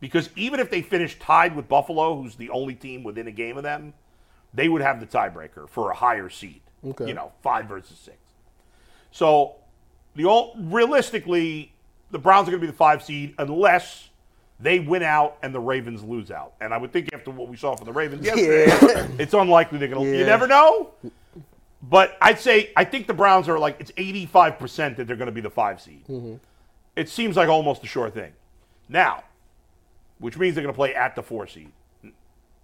S1: Because even if they finish tied with Buffalo, who's the only team within a game of them, they would have the tiebreaker for a higher seed.
S2: Okay.
S1: You know, five versus six. So, the all, realistically, the Browns are going to be the five seed unless they win out and the Ravens lose out. And I would think after what we saw from the Ravens yesterday, it's unlikely they're going to. You
S3: Yeah.
S1: never know. But I'd say I think the Browns are like it's 85 percent that they're going to be the five seed. It seems like almost a sure thing. Now, which means they're going to play at the four seed.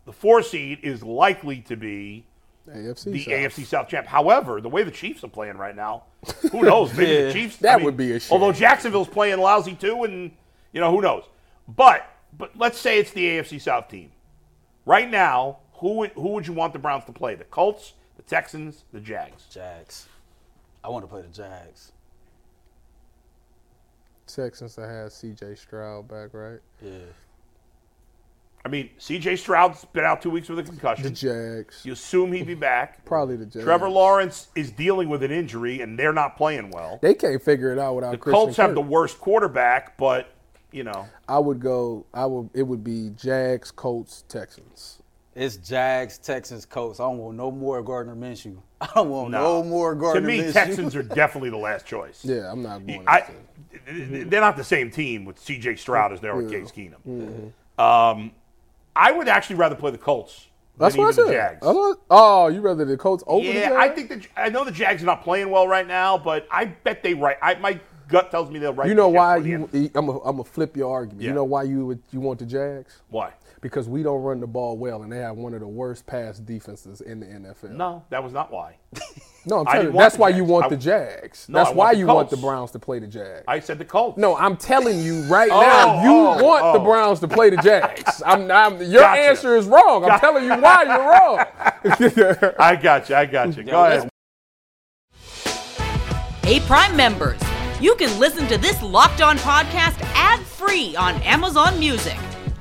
S1: The four seed is likely to be
S2: AFC.
S1: the
S2: South.
S1: AFC South champ. However, the way the Chiefs are playing right now, who knows? Maybe the Chiefs.
S2: That would be a shame.
S1: Although Jacksonville's playing lousy too, and you know who knows. But but let's say it's the AFC South team. Right now, who would, who would you want the Browns to play? The Colts, the Texans, the Jags.
S3: Jags. I want to play the Jags.
S2: Texans that has C.J. Stroud back, right?
S3: Yeah.
S1: I mean, C.J. Stroud's been out two weeks with a concussion.
S2: The Jags.
S1: you assume he'd be back.
S2: Probably the Jags.
S1: Trevor Lawrence is dealing with an injury, and they're not playing well.
S2: They can't figure it out without
S1: The
S2: Christian
S1: Colts have
S2: Kirk.
S1: the worst quarterback, but you know.
S2: I would go. I would. It would be Jags, Colts, Texans.
S3: It's Jags, Texans, Colts. I don't want no more Gardner Minshew. I don't want
S1: No.
S3: no, more
S1: To
S3: Gardner
S1: me,
S3: Minshew.
S1: Texans are definitely the last choice.
S2: Yeah, I'm not going.
S1: I,
S2: to
S1: they're not the same team with C.J. Stroud as they are with Case Keenum.
S2: Mm-hmm.
S1: Um, I would actually rather play the Colts
S2: That's
S1: than
S2: what I
S1: even
S2: said.
S1: the Jags.
S2: I don't- oh, you rather the Colts over the
S1: yeah,
S2: Jags?
S1: I think that I know the Jags are not playing well right now, but I bet they right. I, my gut tells me they'll right.
S2: You
S1: the
S2: know
S1: ship
S2: why
S1: by the
S2: you?
S1: end.
S2: I'm a, I'm a flip your argument.
S1: Yeah.
S2: You know why you would you want the Jags?
S1: Why?
S2: Because we don't run the ball well, and they have one of the worst pass defenses in the NFL.
S1: No, that was not why.
S2: no I'm
S1: I
S2: telling
S1: didn't
S2: you,
S1: want
S2: that's
S1: the
S2: why
S1: Jags.
S2: you want
S1: I-
S2: the Jags.
S1: No, I
S2: that's
S1: want
S2: why
S1: the
S2: you want the
S1: Colts.
S2: Browns to play the Jags.
S1: I said the Colts.
S2: no, I'm telling you right
S1: Oh,
S2: now, you
S1: oh,
S2: want the
S1: oh.
S2: Browns to play the Jags. I'm, I'm, your
S1: Gotcha.
S2: answer is wrong. I'm telling you why you're wrong.
S1: I got you. I got you. Go ahead.
S5: Hey, Prime members, you can listen to this Locked On podcast ad free on Amazon Music.